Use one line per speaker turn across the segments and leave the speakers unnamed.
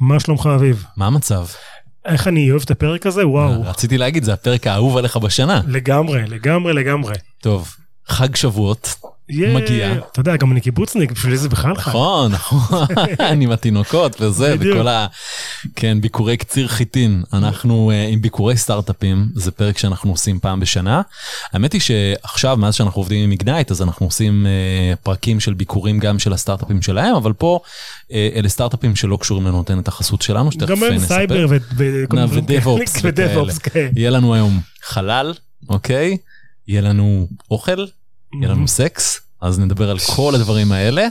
מה שלומך, אביב?
מה המצב?
איך אני אוהב את הפרק הזה? וואו.
רציתי להגיד, זה הפרק האהוב עליך בשנה.
לגמרי, לגמרי, לגמרי.
טוב, חג שבועות,
יהיה-
מגיע.
אתה יודע, גם אני קיבוצניק, בשבילי זה בכלל חג.
נכון, נכון, אני עם התינוקות וזה,
בדיוק.
וכל ה... כן, ביקורי קציר חיטין. אנחנו אה, עם ביקורי סטארט-אפים, זה פרק שאנחנו עושים פעם בשנה. האמת היא שעכשיו, מאז שאנחנו עובדים עם איגנייט, אז אנחנו עושים אה, פרקים של ביקורים גם של הסטארט-אפים שלהם, אבל פה אה, אלה סטארט-אפים שלא קשורים לנותן את החסות שלנו, שתכף
גם
אה,
הם
נספר.
סייבר ו- וכל
נא,
מיני דברים
ודאב-אופס
כאלה. ודאב-אופס, כן.
יהיה לנו היום חלל, אוקיי? יהיה לנו אוכל, יהיה לנו סקס, אז נדבר על כל הדברים האלה.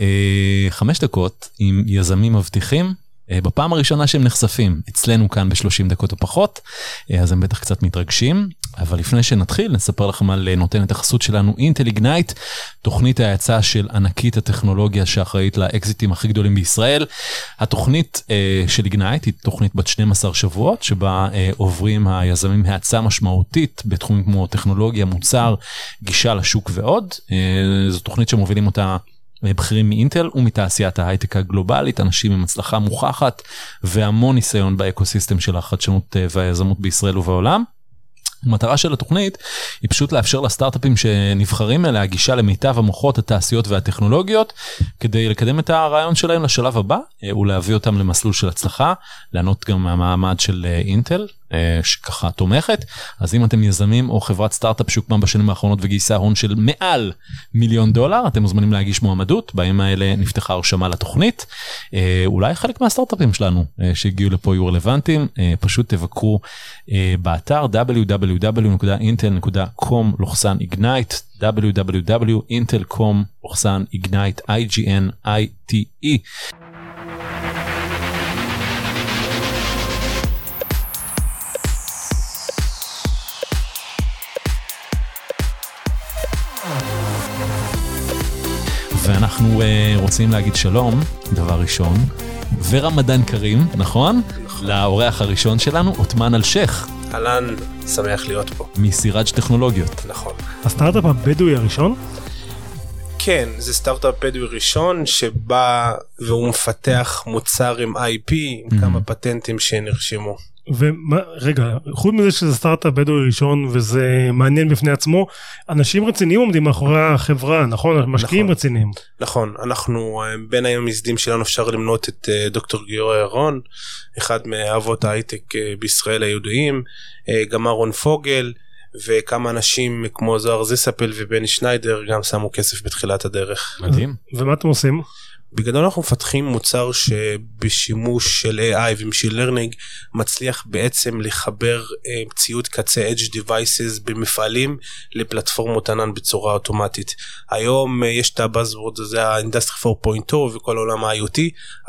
אה, חמש דקות עם יזמים מבטיחים. אה, בפעם הראשונה שהם נחשפים אצלנו כאן ב-30 דקות או פחות, אה, אז הם בטח קצת מתרגשים. אבל לפני שנתחיל, נספר לכם על אה, נותנת החסות שלנו, אינטל איגנייט, תוכנית ההאצה של ענקית הטכנולוגיה שאחראית לאקזיטים הכי גדולים בישראל. התוכנית אה, של איגנייט היא תוכנית בת 12 שבועות, שבה אה, עוברים היזמים האצה משמעותית בתחומים כמו טכנולוגיה, מוצר, גישה לשוק ועוד. אה, זו תוכנית שמובילים אותה אה, בכירים מאינטל ומתעשיית ההייטק הגלובלית, אנשים עם הצלחה מוכחת והמון ניסיון באקוסיסטם של החדשנות אה, והיזמות בישראל ובעולם. המטרה של התוכנית היא פשוט לאפשר לסטארט-אפים שנבחרים אליה גישה למיטב המוחות, התעשיות והטכנולוגיות, כדי לקדם את הרעיון שלהם לשלב הבא אה, ולהביא אותם למסלול של הצלחה, לענות גם מהמעמד של אה, אינטל, אה, שככה תומכת. אז אם אתם יזמים או חברת סטארט-אפ שהוקמה בשנים האחרונות וגייסה הון של מעל מיליון דולר, אתם מוזמנים להגיש מועמדות, בימים האלה נפתחה הרשמה לתוכנית. אה, אולי חלק מהסטארט-אפים שלנו אה, שהגיעו לפה יהיו רלוונטיים, אה, פשוט תבקרו אה, באתר www.intel.com/ignite www.intel.com/ignite IGNITE ואנחנו אה, רוצים להגיד שלום, דבר ראשון, ורמדאן כרים, נכון? לאורח הראשון שלנו, עותמן אלשיך,
אהלן, שמח להיות פה,
מסיראג' טכנולוגיות.
נכון.
הסטארט-אפ הבדואי הראשון?
כן, זה סטארט-אפ בדואי ראשון שבא והוא מפתח מוצר עם IP, עם כמה פטנטים שנרשמו.
ומה, רגע, חוץ מזה שזה סטארט-אפ בדואי ראשון וזה מעניין בפני עצמו, אנשים רציניים עומדים מאחורי החברה, נכון? משקיעים
נכון.
רציניים.
נכון, אנחנו אה, בין המייסדים שלנו אפשר למנות את אה, דוקטור גיורא ירון, אחד מאבות ההייטק אה, בישראל היהודיים, אה, גם אהרון פוגל. וכמה אנשים כמו זוהר זיסאפל ובני שניידר גם שמו כסף בתחילת הדרך.
מדהים.
ומה אתם עושים?
בגדול אנחנו מפתחים מוצר שבשימוש של AI ומשל לרנינג מצליח בעצם לחבר אה, ציוד קצה Edge Devices במפעלים לפלטפורמות ענן בצורה אוטומטית. היום אה, יש את הבאזוורד הזה, ה-Industry 4.0 וכל עולם ה-IoT,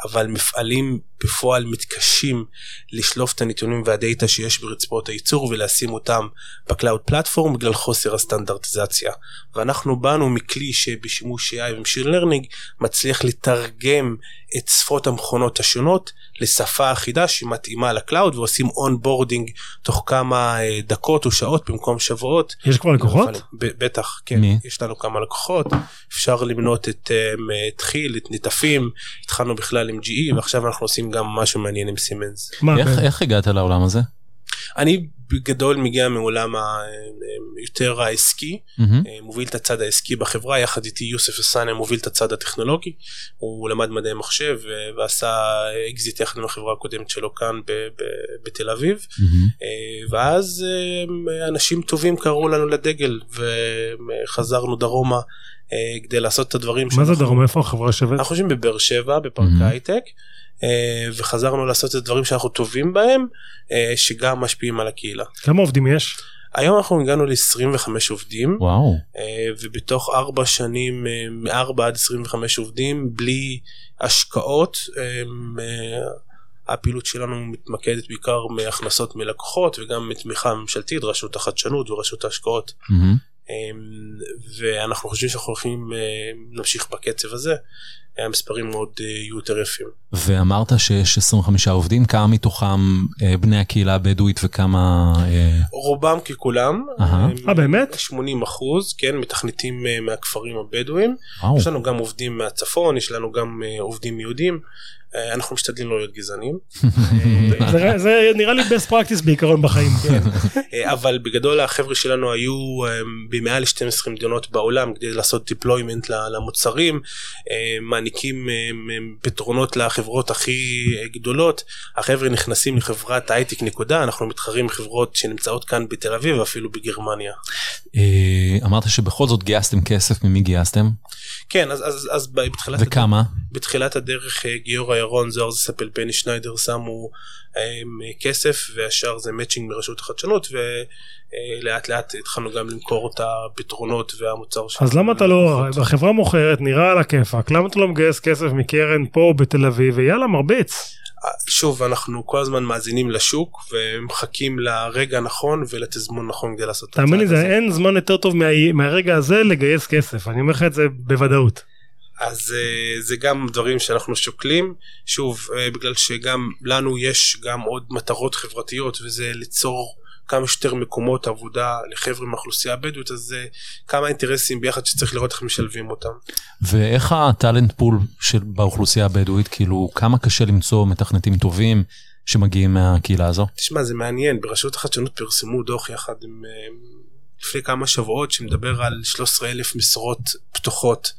אבל מפעלים בפועל מתקשים לשלוף את הנתונים והדאטה שיש ברצפות הייצור ולשים אותם בקלאוד פלטפורם בגלל חוסר הסטנדרטיזציה. ואנחנו באנו מכלי שבשימוש AI ומשל לרנינג מצליח לתרגם את שפות המכונות השונות לשפה אחידה שמתאימה לקלאוד ועושים אונבורדינג תוך כמה אה, דקות או שעות במקום שבועות.
יש כבר לקוחות?
ב- בטח, כן.
מי?
יש לנו כמה לקוחות, אפשר למנות את אה, את כי"ל, את נטפים, התחלנו בכלל עם GE ועכשיו אנחנו עושים גם משהו מעניין עם סימנס.
מה,
איך,
ב-
איך הגעת לעולם הזה?
אני בגדול מגיע מעולם ה- אה, אה, יותר העסקי,
מהמם.
אה, מוביל את הצד העסקי בחברה, יחד איתי יוסף אסנה מוביל את הצד הטכנולוגי, הוא למד מדעי מחשב אה, ועשה אקזיט יחד עם החברה הקודמת שלו כאן ב- ב- בתל אביב,
מהמם.
אה, ואז אה, אנשים טובים קראו לנו לדגל וחזרנו דרומה אה, כדי לעשות את הדברים
מה זה
שאנחנו-
דרום? איפה החברה יושבת?
אנחנו יושבים בבאר שבע בפארק
Mhm.
ההייטק אה, וחזרנו לעשות את הדברים שאנחנו טובים בהם אה, שגם משפיעים על הקהילה.
כמה עובדים יש?
היום אנחנו הגענו ל-25 עובדים.
וואו.
אה, ובתוך ארבע שנים אה, מארבע עד 25 עובדים בלי השקעות. אה, אה, הפעילות שלנו מתמקדת בעיקר מהכנסות מלקוחות וגם מתמיכה ממשלתית, רשות החדשנות ורשות ההשקעות.
מהמם.
אה, ואנחנו חושבים שאנחנו הולכים אה, להמשיך בקצב הזה. אה, המספרים עוד אה, יהיו יותר יפים.
ואמרת שיש 25 עובדים, כמה מתוכם אה, בני הקהילה הבדואית וכמה... אה,
רובם ככולם,
אהה.
אה, באמת?
80 אחוז, כן, מתכנתים אה, מהכפרים הבדואים.
וואו,
יש לנו גם עובדים מהצפון, יש לנו גם אה, עובדים יהודים. אה, אנחנו משתדלים לא להיות גזענים,
זה נראה- זה נראה לי best practice בעיקרון בחיים.
אה, אבל בגדול החבר'ה שלנו היו אה, במעל 12 מדינות בעולם כדי לעשות deployment ל- למוצרים, אה, מעניקים אה, אה, פתרונות לחברות הכי אה, גדולות. החבר'ה נכנסים לחברת הייטק נקודה, אנחנו מתחרים עם חברות שנמצאות כאן בתל אביב ואפילו בגרמניה.
אה, אמרת שבכל זאת גייסתם כסף, ממי גייסתם?
כן, אז, אז, אז ב- בתחילת
וכמה?
בתחילת הדרך אה, גיורא ירון, זוהר זספל, בני שניידר שמו הם, כסף והשאר זה מאצ'ינג מרשות החדשנות ולאט לאט התחלנו גם למכור את הפתרונות והמוצר
אז
שלנו.
למה אתה לא, החברה מוכרת, נראה על הכיפאק, למה אתה לא מגייס כסף מקרן פה בתל אביב, ויאללה מרביץ.
אה, שוב אנחנו כל הזמן מאזינים לשוק ומחכים לרגע הנכון ולתזמון נכון כדי לעשות את
תאמין לי,
הצעד
זה
הזה.
אין זמן יותר טוב מה- מהרגע הזה לגייס כסף, אני אומר לך את זה בוודאות.
אז אה, זה גם דברים שאנחנו שוקלים שוב אה, בגלל שגם לנו יש גם עוד מטרות חברתיות וזה ליצור כמה שיותר מקומות עבודה לחבר'ה מהאוכלוסייה הבדואית אז זה כמה אינטרסים ביחד שצריך לראות איך משלבים אותם.
ואיך הטאלנט פול של באוכלוסייה הבדואית, כאילו כמה קשה למצוא מתכנתים טובים שמגיעים מהקהילה הזו?
תשמע זה מעניין ברשות החדשנות פרסמו דוח יחד עם אה, לפני כמה שבועות שמדבר על 13 אלף משרות פתוחות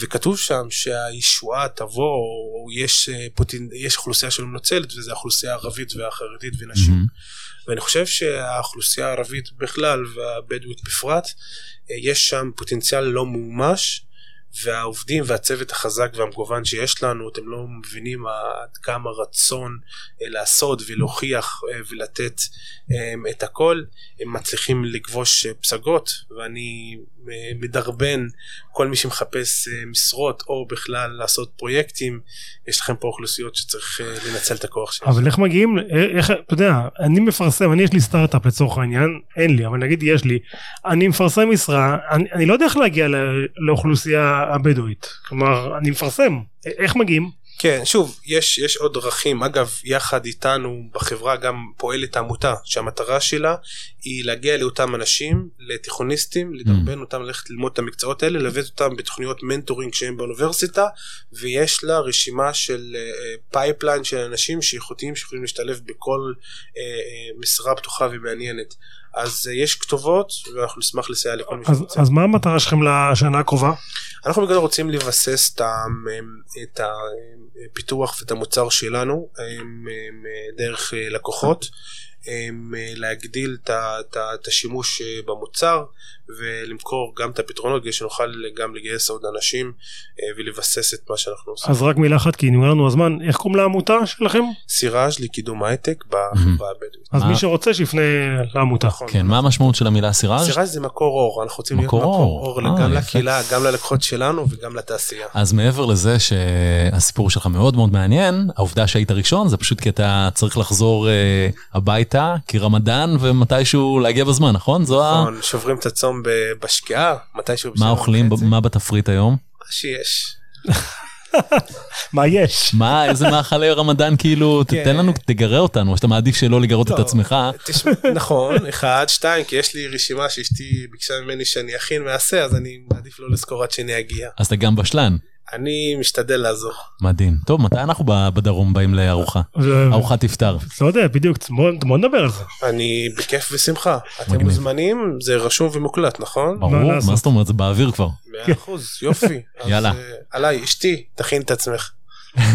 וכתוב שם שהישועה תבוא או יש, אה, פוטנ... יש אוכלוסייה שלא מנוצלת וזה האוכלוסייה הערבית והחרדית ונשים.
מהמם.
ואני חושב שהאוכלוסייה הערבית בכלל והבדואית בפרט, אה, יש שם פוטנציאל לא ממומש, והעובדים והצוות החזק והמגוון שיש לנו, אתם לא מבינים עד כמה רצון אה, לעשות ולהוכיח אה, ולתת אה, את הכל, הם מצליחים לכבוש אה, פסגות, ואני אה, מדרבן כל מי שמחפש אה, משרות או בכלל לעשות פרויקטים, יש לכם פה אוכלוסיות שצריך אה, לנצל את הכוח שלהם.
אבל איך מגיעים, אה, איך, אתה יודע, אני מפרסם, אני יש לי סטארט-אפ לצורך העניין, אין לי, אבל נגיד יש לי, אני מפרסם משרה, אני, אני לא יודע איך להגיע ל- לאוכלוסייה הבדואית, כלומר, אני מפרסם, א- איך מגיעים?
כן, שוב, יש, יש עוד דרכים. אגב, יחד איתנו בחברה גם פועלת עמותה, שהמטרה שלה היא להגיע לאותם אנשים, לתיכוניסטים, לדרבן אותם ללכת ללמוד את המקצועות האלה, ללוות אותם בתוכניות מנטורינג שהם באוניברסיטה, ויש לה רשימה של פייפליין של אנשים שאיכותיים שיכולים להשתלב בכל אה, אה, משרה פתוחה ומעניינת. אז אה, יש כתובות, ואנחנו נשמח לסייע לכל מי
אז,
שרוצה.
אז מה המטרה שלכם לשנה הקרובה?
אנחנו בגדול רוצים לבסס את ה- את הפיתוח ואת המוצר שלנו אמ, אמ, דרך אה, לקוחות, אמ, אה, להגדיל את ה- את ה- את השימוש אה, במוצר ולמכור גם את הפתרונות כדי שנוכל גם לגייס עוד אנשים אה, ולבסס את מה שאנחנו עושים.
אז רק מילה אחת, כי נגמר לנו הזמן, איך קוראים לעמותה שלכם?
סיראז' לקידום הייטק בחברה הבדואית.
אז
מה?
מי שרוצה שיפנה לעמותה.
נכון.
כן, מה המשמעות של המילה סיראז'?
סיראז' זה מקור אור, אנחנו רוצים להיות
מקור
מקור
אור.
אור
אה,
גם
יפה.
לקהילה, גם ללקוחות שלנו וגם לתעשייה.
אז מעבר לזה שהסיפור שלך מאוד מאוד מעניין, העובדה שהיית ראשון זה פשוט כי אתה צריך לחזור אה, הביתה, כי רמדאן ומתישהו להגיע בזמן, נכון? זו ה...
נכון, שוברים את הצום ב- בשקיעה, מתישהו
מה
בשבע
אוכלים,
וחצי.
מה בתפריט היום?
מה שיש.
מה יש?
מה, איזה מאכלי רמדאן כאילו, תתן לנו, תגרה אותנו, או שאתה מעדיף שלא לגרות את
לא.
עצמך.
תשמע, נכון, אחד, שתיים, כי יש לי רשימה שאשתי ביקשה ממני שאני אכין ואעשה, אז אני מעדיף לא לזכור עד שאני אגיע.
אז אתה גם בשלן,
אני משתדל לעזור.
מדהים. טוב, מתי אנחנו ב- בדרום באים לארוחה?
זה-
ארוחת תפטר.
לא יודע, בדיוק, בוא בוא נדבר על זה.
אני בכיף ושמחה. אתם
מגניב.
מוזמנים, זה רשום ומוקלט, נכון?
ברור,
לעשות?
מה זאת אומרת? זה באוויר כבר.
מאה אחוז, יופי. אז,
יאללה.
אה, עליי, אשתי, תכין את עצמך.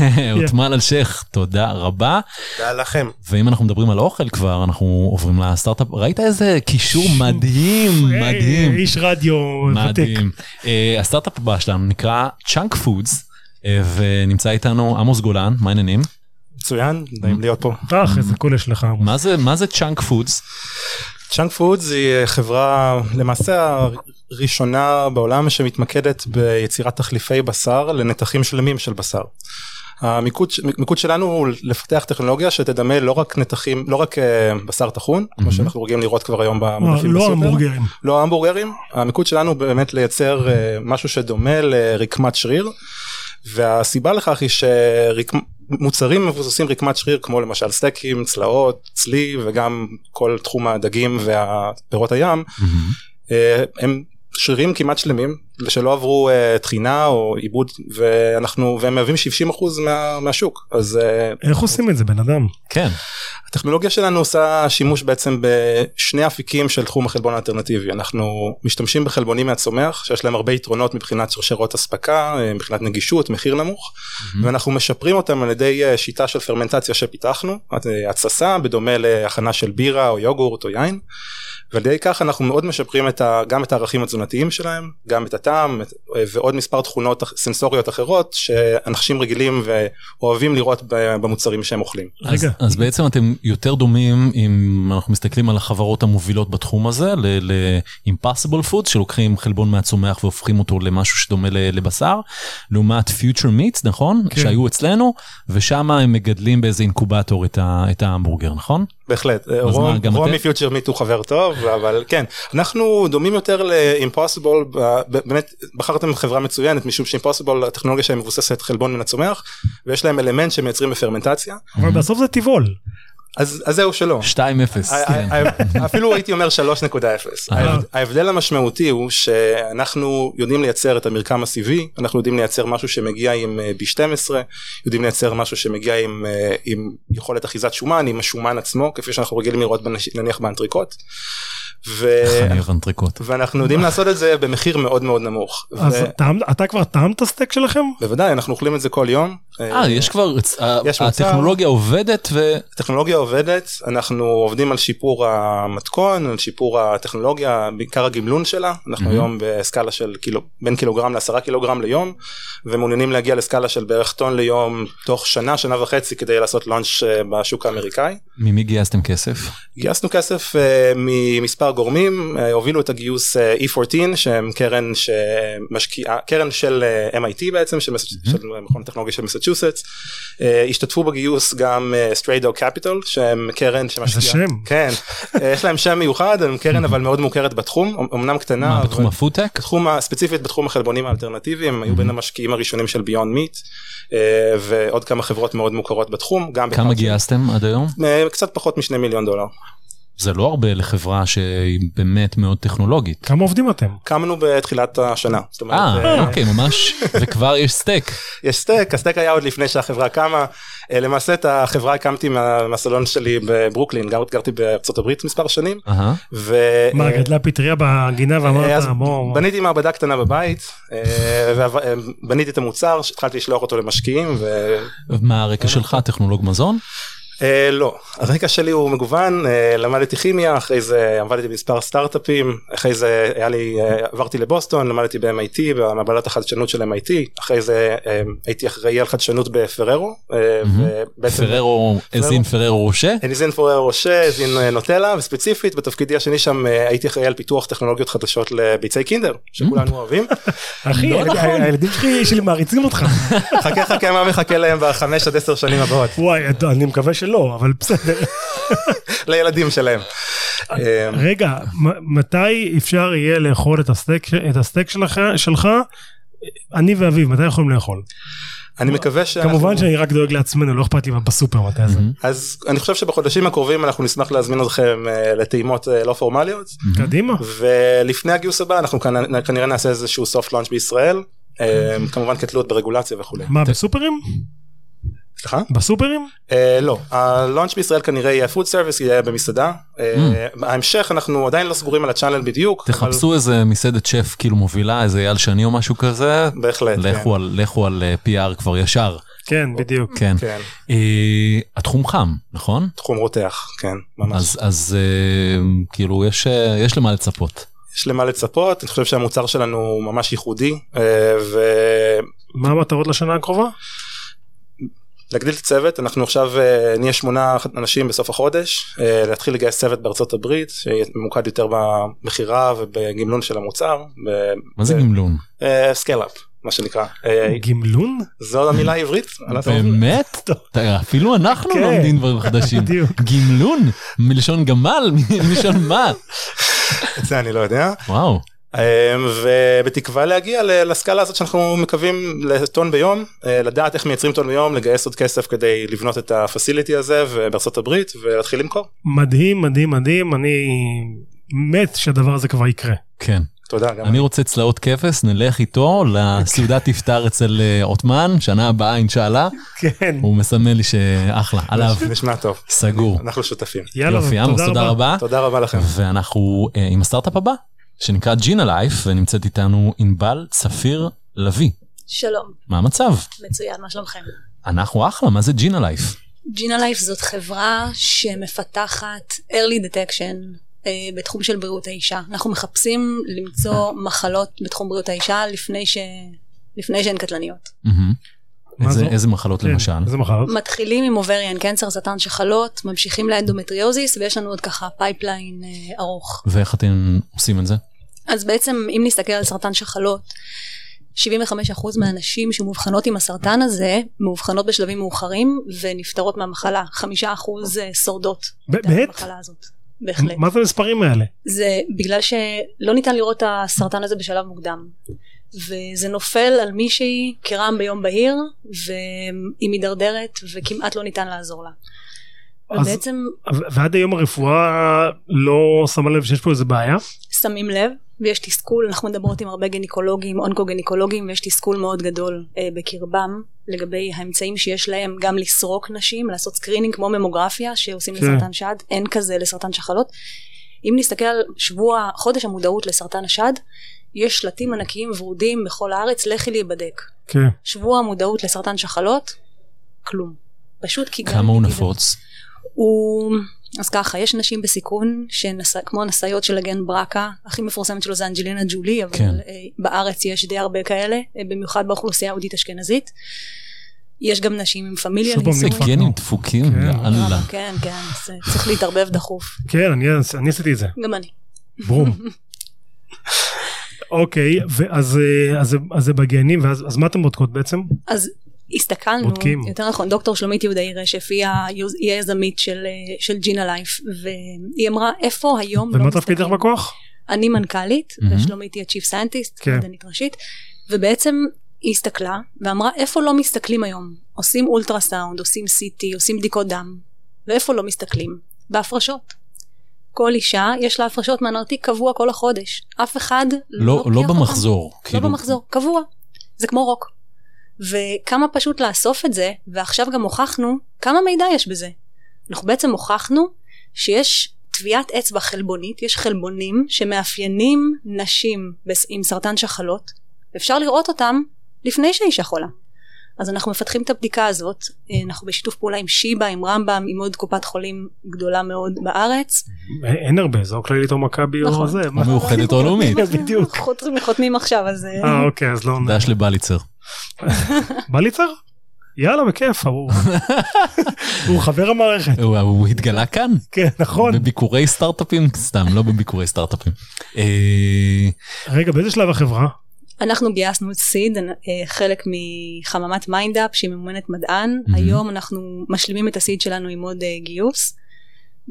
עותמאל אלשיך, תודה רבה.
תודה לכם.
ואם אנחנו מדברים על אוכל כבר, אנחנו עוברים לסטארט-אפ. ראית איזה קישור מדהים,
אה,
מדהים,
איש רדיו ותיק.
מדהים. אה, הסטארט-אפ הבא שלנו נקרא צ'אנק פודס, ונמצא איתנו עמוס גולן, מה העניינים?
מצוין, נעים להיות פה.
אך, איזה קול יש לך.
מה זה- מה זה צ'אנק פודס?
צ'אנק פודס היא חברה למעשה הראשונה בעולם שמתמקדת ביצירת תחליפי בשר לנתחים שלמים של בשר. המיקוד, המיקוד שלנו הוא לפתח טכנולוגיה שתדמה לא רק נתחים, לא רק אה, בשר טחון, כמו שאנחנו רגילים לראות כבר היום במדפים
לא
בסופר.
המבורגרים.
לא המבורגרים, המיקוד שלנו באמת לייצר אה, משהו שדומה לרקמת שריר. והסיבה לכך היא שמוצרים מבוססים רקמת שריר כמו למשל סטייקים, צלעות, צלי וגם כל תחום הדגים והפירות הים
Mm-hmm.
אה, הם שרירים כמעט שלמים שלא עברו אה, טחינה או עיבוד ואנחנו והם מהווים 70% מה, מהשוק אז אה,
איך עושים את זה בן אדם?
כן.
הטכנולוגיה שלנו עושה שימוש בעצם בשני אפיקים של תחום החלבון האלטרנטיבי אנחנו משתמשים בחלבונים מהצומח שיש להם הרבה יתרונות מבחינת שרשרות אספקה אה, מבחינת נגישות מחיר נמוך ואנחנו משפרים אותם על ידי אה, שיטה של פרמנטציה שפיתחנו אה, התססה בדומה להכנה של בירה או יוגורט או יין. ועל ידי כך אנחנו מאוד משפרים את ה, גם את הערכים התזונתיים שלהם גם את הטעם את, אה, ועוד מספר תכונות אח- סנסוריות אחרות שאנשים רגילים ואוהבים לראות ב- במוצרים שהם אוכלים.
אז,
רגע.
אז בעצם אתם יותר דומים אם אנחנו מסתכלים על החברות המובילות בתחום הזה ל-impossible food שלוקחים חלבון מהצומח והופכים אותו למשהו שדומה ל- לבשר לעומת future meats נכון
כן.
שהיו אצלנו ושם הם מגדלים באיזה אינקובטור את, ה- את ההמבורגר נכון
בהחלט, אה,
אז
רום,
מה, גם
רום
אתם?
מפיוטר מיט הוא חבר טוב, אבל כן, אנחנו דומים יותר לאימפוסיבול, באמת בחרתם חברה מצוינת משום שאימפוסיבול הטכנולוגיה שלהם מבוססת חלבון מן הצומח, ויש להם אלמנט שמייצרים בפרמנטציה,
Mm-hmm.
אבל בסוף זה טבעול.
אז, אז זהו שלא.
2-0. כן.
ה- ה- אפילו הייתי אומר 3.0.
אה.
ההבד- ההבדל המשמעותי הוא שאנחנו יודעים לייצר את המרקם הסיבי, אנחנו יודעים לייצר משהו שמגיע עם אה, B12, יודעים לייצר משהו שמגיע עם, אה, עם יכולת אחיזת שומן, עם השומן עצמו, כפי שאנחנו רגילים לראות בנש- נניח באנטריקוט. ו...
איך אה, אני אוהב אנטריקוט.
ואנחנו יודעים לעשות את זה במחיר מאוד מאוד נמוך.
אז
ו...
טעמת- אתה כבר טעמת סטייק שלכם?
בוודאי, אנחנו אוכלים את זה כל יום.
אה יש כבר
יש מוצר.
הטכנולוגיה עובדת ו...
הטכנולוגיה עובדת, אנחנו עובדים על שיפור המתכון, על שיפור הטכנולוגיה, בעיקר הגמלון שלה, אנחנו
מהמם.
היום בסקאלה של קילו, בין קילוגרם לעשרה קילוגרם ליום, ומעוניינים להגיע לסקאלה של בערך טון ליום תוך שנה, שנה וחצי כדי לעשות לונץ' אה, בשוק האמריקאי.
ממי גייסתם כסף?
גייסנו כסף אה, ממספר גורמים, אה, הובילו את הגיוס אה, E14 שהם קרן שמשקיעה, קרן של אה, MIT בעצם, של, mm-hmm. של מכון הטכנולוגיה של מסצ'וסטס, אה, השתתפו בגיוס גם אה, Stray Dog Capital שהם קרן
איזה
שמשקיעה,
שם.
כן, אה, יש להם שם מיוחד, הם קרן אבל מאוד מוכרת בתחום, אמנם קטנה,
מה
אה, אבל-
בתחום הפודטק?
בתחום ה- ספציפית בתחום החלבונים האלטרנטיביים הם היו בין המשקיעים הראשונים של ביונד מיט ועוד כמה חברות מאוד מוכרות בתחום גם
כמה
בכלל-
גייסתם עד היום?
אה, קצת פחות משני מיליון דולר.
זה לא הרבה לחברה שהיא באמת מאוד טכנולוגית.
כמה עובדים אתם?
קמנו בתחילת השנה. זאת אומרת,
אה,
אה,
אוקיי, ממש, וכבר יש סטייק.
יש סטייק, הסטייק היה עוד לפני שהחברה קמה. אה, למעשה את החברה הקמתי מה- מהסלון שלי בברוקלין, גר- גרתי בארצות הברית מספר שנים.
אהה.
ו...
מה,
אה,
גדלה פטריה בגינה
אה,
ואמרת,
אז
בוא,
בניתי מעבדה קטנה בבית, אה, ועב- אה, בניתי את המוצר, התחלתי לשלוח אותו למשקיעים, ו-
מה הרקע שלך, טכנולוג מזון?
אה, לא, הרקע שלי הוא מגוון, אה, למדתי כימיה, אחרי זה עבדתי במספר סטארט-אפים, אחרי זה היה לי, אה, עברתי לבוסטון, למדתי ב-MIT, במעבדת החדשנות של MIT, אחרי זה אה, הייתי אחראי על חדשנות בפררו, אה, ובעצם...
פררו, איזין פררו רושה?
אליזין פורר רושה, אליזין אה, נוטלה, וספציפית בתפקידי השני שם אה, הייתי אחראי על פיתוח טכנולוגיות חדשות לביצי קינדר, שכולנו אוהבים.
אחי, הילד- הילדים שלי- שלי מעריצים אותך.
חכה חכה מה מחכה להם בחמש עד עשר שנים הבאות,
וואי, אני מקווה שלא, אבל בסדר.
לילדים שלהם. אה,
רגע, מ- מתי אפשר יהיה לאכול את הסטייק, את הסטייק שלך, שלך? אני ואביב, מתי יכולים לאכול?
אני מקווה ש...
כמובן שאני רק דואג לעצמנו, לא אכפת לי בסופר מתי זה.
אז אני חושב שבחודשים הקרובים אנחנו נשמח להזמין אתכם אה, לטעימות אה, לא פורמליות
קדימה.
ולפני הגיוס הבא אנחנו כנ- כנראה נעשה איזשהו soft launch בישראל אה, כמובן כתלות ברגולציה וכולי.
מה, בסופרים?
סליחה?
בסופרים?
אה, לא, הלונץ' בישראל כנראה יהיה food service יהיה במסעדה. אה, ההמשך אנחנו עדיין לא סגורים על הצ'אנל בדיוק. אבל-
Mm. תחפשו איזה מסעדת שף כאילו מובילה, איזה אייל שני או משהו כזה,
בהחלט. כן,
לכו על- לכו על אה, PR כבר ישר,
כן, בדיוק.
כן.
כן,
אה, התחום חם, נכון?
תחום רותח, כן, ממש.
אז אז אה, כאילו יש אה, יש למה לצפות.
יש למה לצפות, אני חושב שהמוצר שלנו הוא ממש ייחודי אה, ו...
מה המטרות לשנה הקרובה?
להגדיל את הצוות אנחנו עכשיו אה, נהיה שמונה אנשים בסוף החודש אה, להתחיל לגייס צוות בארצות הברית שיהיה ממוקד יותר במכירה ובגמלון של המוצר. ב-
מה זה
ב-
גמלון?
אה, סקייל-אפ מה שנקרא אה,
גמלון?
זו המילה העברית. אני לא יודע.
כן. באמת? אתה- אפילו אנחנו
כן.
לומדים דברים חדשים.
בדיוק.
גמלון? מלשון גמל? מלשון מה?
את זה אני לא יודע.
וואו.
אה, ובתקווה להגיע ל- לסקאלה הזאת שאנחנו מקווים לטון ביום, אה, לדעת איך מייצרים טון ביום, לגייס עוד כסף כדי לבנות את הפסיליטי הזה ו- בארצות הברית ולהתחיל למכור.
מדהים, מדהים, מדהים, אני מת שהדבר הזה כבר יקרה.
כן.
תודה. גם
אני רוצה צלעות כבש, נלך איתו לסעודת יפטר אצל אה, עותמן, שנה הבאה אינשאללה,
כן.
הוא מסמל לי שאחלה, עליו,
נשמע טוב,
סגור.
אנחנו שותפים.
יאללה,
אוקיי, יופי, עמוס, תודה רבה.
תודה רבה לכם.
ואנחנו אה, עם הסטארט-אפ הבא, שנקרא ג'ינה לייף, ונמצאת איתנו ענבל צפיר לביא.
שלום,
מה המצב?
מצוין, מה שלומכם?
אנחנו אחלה, מה זה ג'ינה לייף?
ג'ינה לייף זאת חברה שמפתחת early detection אה, בתחום של בריאות האישה. אנחנו מחפשים למצוא מחלות בתחום בריאות האישה לפני, ש... לפני שהן קטלניות.
מהמם.
מה כן.
איזה-
זו?
איזה מחלות למשל?
איזה מחר?
מתחילים עם אובריאן קנצר, סרטן שחלות, ממשיכים לאנדומטריוזיס ויש לנו עוד ככה פייפליין אה, ארוך.
ואיך אתם עושים את זה?
אז בעצם אם נסתכל על סרטן שחלות, 75% מהנשים שמאובחנות עם הסרטן הזה מאובחנות בשלבים מאוחרים ונפטרות מהמחלה, 5% שורדות.
באמת?
המחלה הזאת. בהחלט.
מה זה המספרים האלה?
זה בגלל שלא ניתן לראות את הסרטן הזה בשלב מוקדם. וזה נופל על מישהי כרעם ביום בהיר, והיא מידרדרת וכמעט לא ניתן לעזור לה.
אז-
ובעצם
ו- ועד היום הרפואה לא שמה לב שיש פה איזה בעיה?
שמים לב ויש תסכול, אנחנו מדברות עם הרבה גינקולוגים, אונקוגינקולוגים, ויש תסכול מאוד גדול אה, בקרבם לגבי האמצעים שיש להם גם לסרוק נשים, לעשות סקרינינג כמו ממוגרפיה שעושים
כן.
לסרטן שד, אין כזה לסרטן שחלות. אם נסתכל על שבוע, חודש המודעות לסרטן השד, יש שלטים ענקיים ורודים בכל הארץ, לכי להיבדק.
כן.
שבוע המודעות לסרטן שחלות, כלום. פשוט כי גם...
כמה הוא
נגיד-
נפוץ?
הוא... אז ככה, יש נשים בסיכון, שנס... כמו הנשאיות של הגן ברקה, הכי מפורסמת שלו זה אנג'לינה ג'ולי, אבל
כן.
כן. בארץ יש די הרבה כאלה, אה, במיוחד באוכלוסייה היהודית אשכנזית. יש גם נשים עם פמיליה.
שוב פעם,
זה
נישואין.
נדפקנו.
גנים דפוקים,
כן.
יאללה.
כן, כן, זה צריך להתערבב דחוף.
כן, אני אני עשיתי את זה.
גם אני.
ברום. אוקיי, ואז אה, אז זה- אז זה בגנים, ואז אז מה אתם בודקות בעצם?
אז הסתכלנו,
בודקים.
יותר נכון, דוקטור שלומית יהודאי רשף, היא, ה... היא היזמית של, אה, של ג'ינה לייף, והיא אמרה, איפה היום לא
ומה תפקידך
מסתכלים?"
בכוח?
אני מנכ"לית,
מהמם.
ושלומית היא ה-Chief Scientist,
כן.
מדענית ראשית, ובעצם היא הסתכלה ואמרה, איפה לא מסתכלים היום? עושים אולטרסאונד, עושים CT, עושים בדיקות דם, ואיפה לא מסתכלים? בהפרשות. כל אישה יש לה הפרשות מהנרתיק קבוע כל החודש. אף אחד
לא לא
לוקח אותם.
במחזור.
לא
כאילו,
במחזור, קבוע. זה כמו רוק. וכמה פשוט לאסוף את זה, ועכשיו גם הוכחנו כמה מידע יש בזה. אנחנו בעצם הוכחנו שיש טביעת אצבע חלבונית, יש חלבונים שמאפיינים נשים בס- עם סרטן שחלות, ואפשר לראות אותם לפני שהאישה חולה. אז אנחנו מפתחים את הבדיקה הזאת, אה, אנחנו בשיתוף פעולה עם שיבא, עם רמב"ם, עם עוד קופת חולים גדולה מאוד בארץ.
אה, אין הרבה, זה או כללית או מכבי או
נכון.
זה.
או
מה-
מאוחדת או לאומית.
בדיוק.
חותמים- חותמים עכשיו, אז... אה,
אה, אוקיי, אז לא...
דש לבליצר.
בא לי צר? יאללה, בכיף, הוא הוא חבר המערכת.
הוא- הוא התגלה כאן?
כן, נכון.
בביקורי סטארט-אפים? סתם, לא בביקורי סטארט-אפים. אה,
רגע, באיזה שלב החברה?
אנחנו גייסנו את סיד, אה, חלק מחממת מיינדאפ שהיא ממומנת מדען.
מהמם.
היום אנחנו משלימים את הסיד שלנו עם עוד אה, גיוס,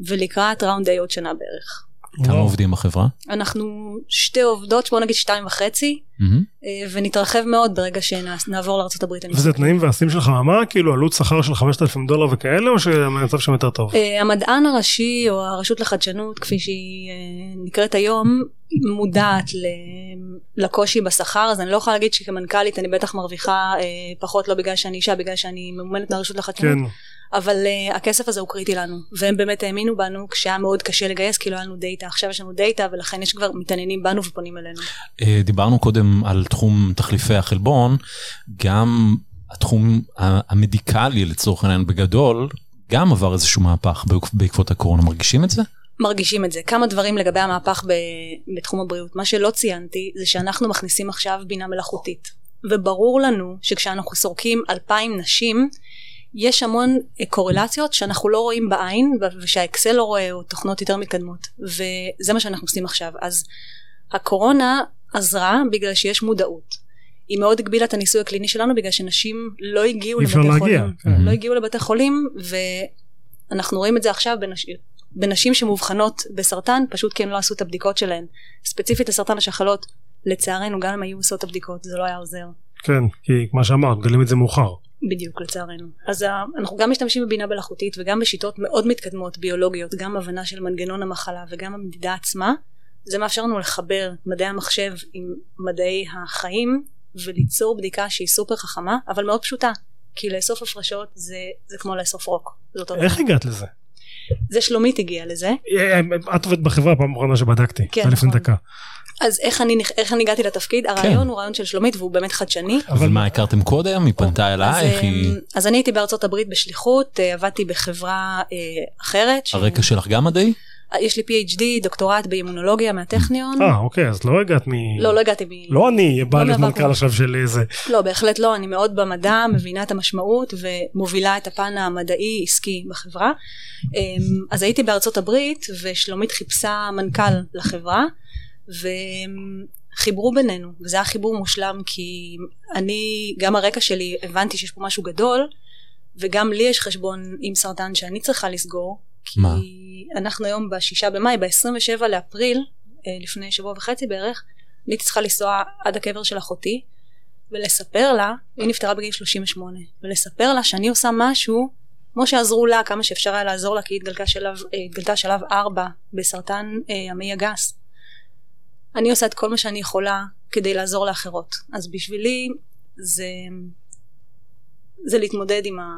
ולקראת ראונד איי עוד שנה בערך.
כמה
וואו.
עובדים בחברה?
אנחנו שתי עובדות, בוא נגיד שתיים וחצי,
מהמם.
אה, ונתרחב מאוד ברגע שנעבור לארה"ב.
וזה תנאים ועשים של חממה? כאילו עלות שכר של 5,000 דולר וכאלה, או שהמצב שם יותר
אה.
טוב?
המדען הראשי, או הרשות לחדשנות, כפי שהיא אה, נקראת היום, מודעת ל- לקושי בשכר, אז אני לא יכולה להגיד שכמנכ"לית אני בטח מרוויחה אה, פחות, לא בגלל שאני אישה, בגלל שאני ממומנת מהרשות לחדשנות.
כן.
אבל uh, הכסף הזה הוא קריטי לנו והם באמת האמינו בנו כשהיה מאוד קשה לגייס כי לא היה לנו דאטה עכשיו יש לנו דאטה ולכן יש כבר מתעניינים בנו ופונים אלינו.
אה, דיברנו קודם על תחום תחליפי החלבון, גם התחום ה- המדיקלי לצורך העניין בגדול, גם עבר איזשהו מהפך בעוק- בעקבות הקורונה, מרגישים את זה?
מרגישים את זה. כמה דברים לגבי המהפך ב, בתחום הבריאות. מה שלא ציינתי זה שאנחנו מכניסים עכשיו בינה מלאכותית וברור לנו שכשאנחנו סורקים אלפיים נשים יש המון אה, קורלציות שאנחנו לא רואים בעין ו- ושהאקסל לא רואה או תוכנות יותר מתקדמות וזה מה שאנחנו עושים עכשיו אז הקורונה עזרה בגלל שיש מודעות. היא מאוד הגבילה את הניסוי הקליני שלנו בגלל שנשים לא הגיעו
אי
לבתי
אפשר
חולים.
להגיע.
לא הגיעו לבתי חולים ואנחנו רואים את זה עכשיו בנשים, בנשים שמאובחנות בסרטן פשוט כי הן לא עשו את הבדיקות שלהן. ספציפית לסרטן השחלות, לצערנו גם אם היו עושות את הבדיקות זה לא היה עוזר.
כן, כי כמו שאמרת, מגלים את זה מאוחר.
בדיוק לצערנו. אז ה- אנחנו גם משתמשים בבינה מלאכותית וגם בשיטות מאוד מתקדמות ביולוגיות, גם הבנה של מנגנון המחלה וגם המדידה עצמה. זה מאפשר לנו לחבר מדעי המחשב עם מדעי החיים וליצור בדיקה שהיא סופר חכמה, אבל מאוד פשוטה. כי לאסוף הפרשות זה, זה כמו לאסוף רוק. זה אותו דבר.
איך הגעת לזה?
זה שלומית הגיעה לזה.
אה, את עובדת בחברה פעם אחרונה שבדקתי,
כן,
זה לפני
נכון.
דקה.
אז איך אני, נכ- איך אני הגעתי לתפקיד?
כן.
הרעיון הוא רעיון של שלומית והוא באמת חדשני.
אבל מה הכרתם קודם? היא פנתה
אז,
אלייך? אה, היא...
אמ, אז אני הייתי בארצות הברית בשליחות, אה, עבדתי בחברה אה, אחרת. ש-
הרקע שלך גם מדעי?
יש לי PhD, דוקטורט באימונולוגיה מהטכניון.
אה, אוקיי, אז לא הגעת מ...
לא, לא הגעתי מ...
לא אני בא
לא
להיות
מהוואקום.
מנכ"ל עכשיו של איזה...
לא, בהחלט לא, אני מאוד במדע, מבינה את המשמעות ומובילה את הפן המדעי-עסקי בחברה. אמ, אז הייתי בארצות הברית ושלומית חיפשה מנכ"ל לחברה וחיברו בינינו, וזה היה חיבור מושלם כי אני, גם הרקע שלי, הבנתי שיש פה משהו גדול וגם לי יש חשבון עם סרטן שאני צריכה לסגור. כי
מה?
אנחנו היום בשישה במאי, ב-27 לאפריל, אה, לפני שבוע וחצי בערך, אני הייתי צריכה לנסוע עד הקבר של אחותי ולספר לה, היא נפטרה בגיל 38, ולספר לה שאני עושה משהו כמו שעזרו לה כמה שאפשר היה לעזור לה כי היא התגלתה שלב, אה, התגלתה שלב 4 בסרטן אה, המעי הגס. אני עושה את כל מה שאני יכולה כדי לעזור לאחרות. אז בשבילי זה, זה להתמודד עם, ה,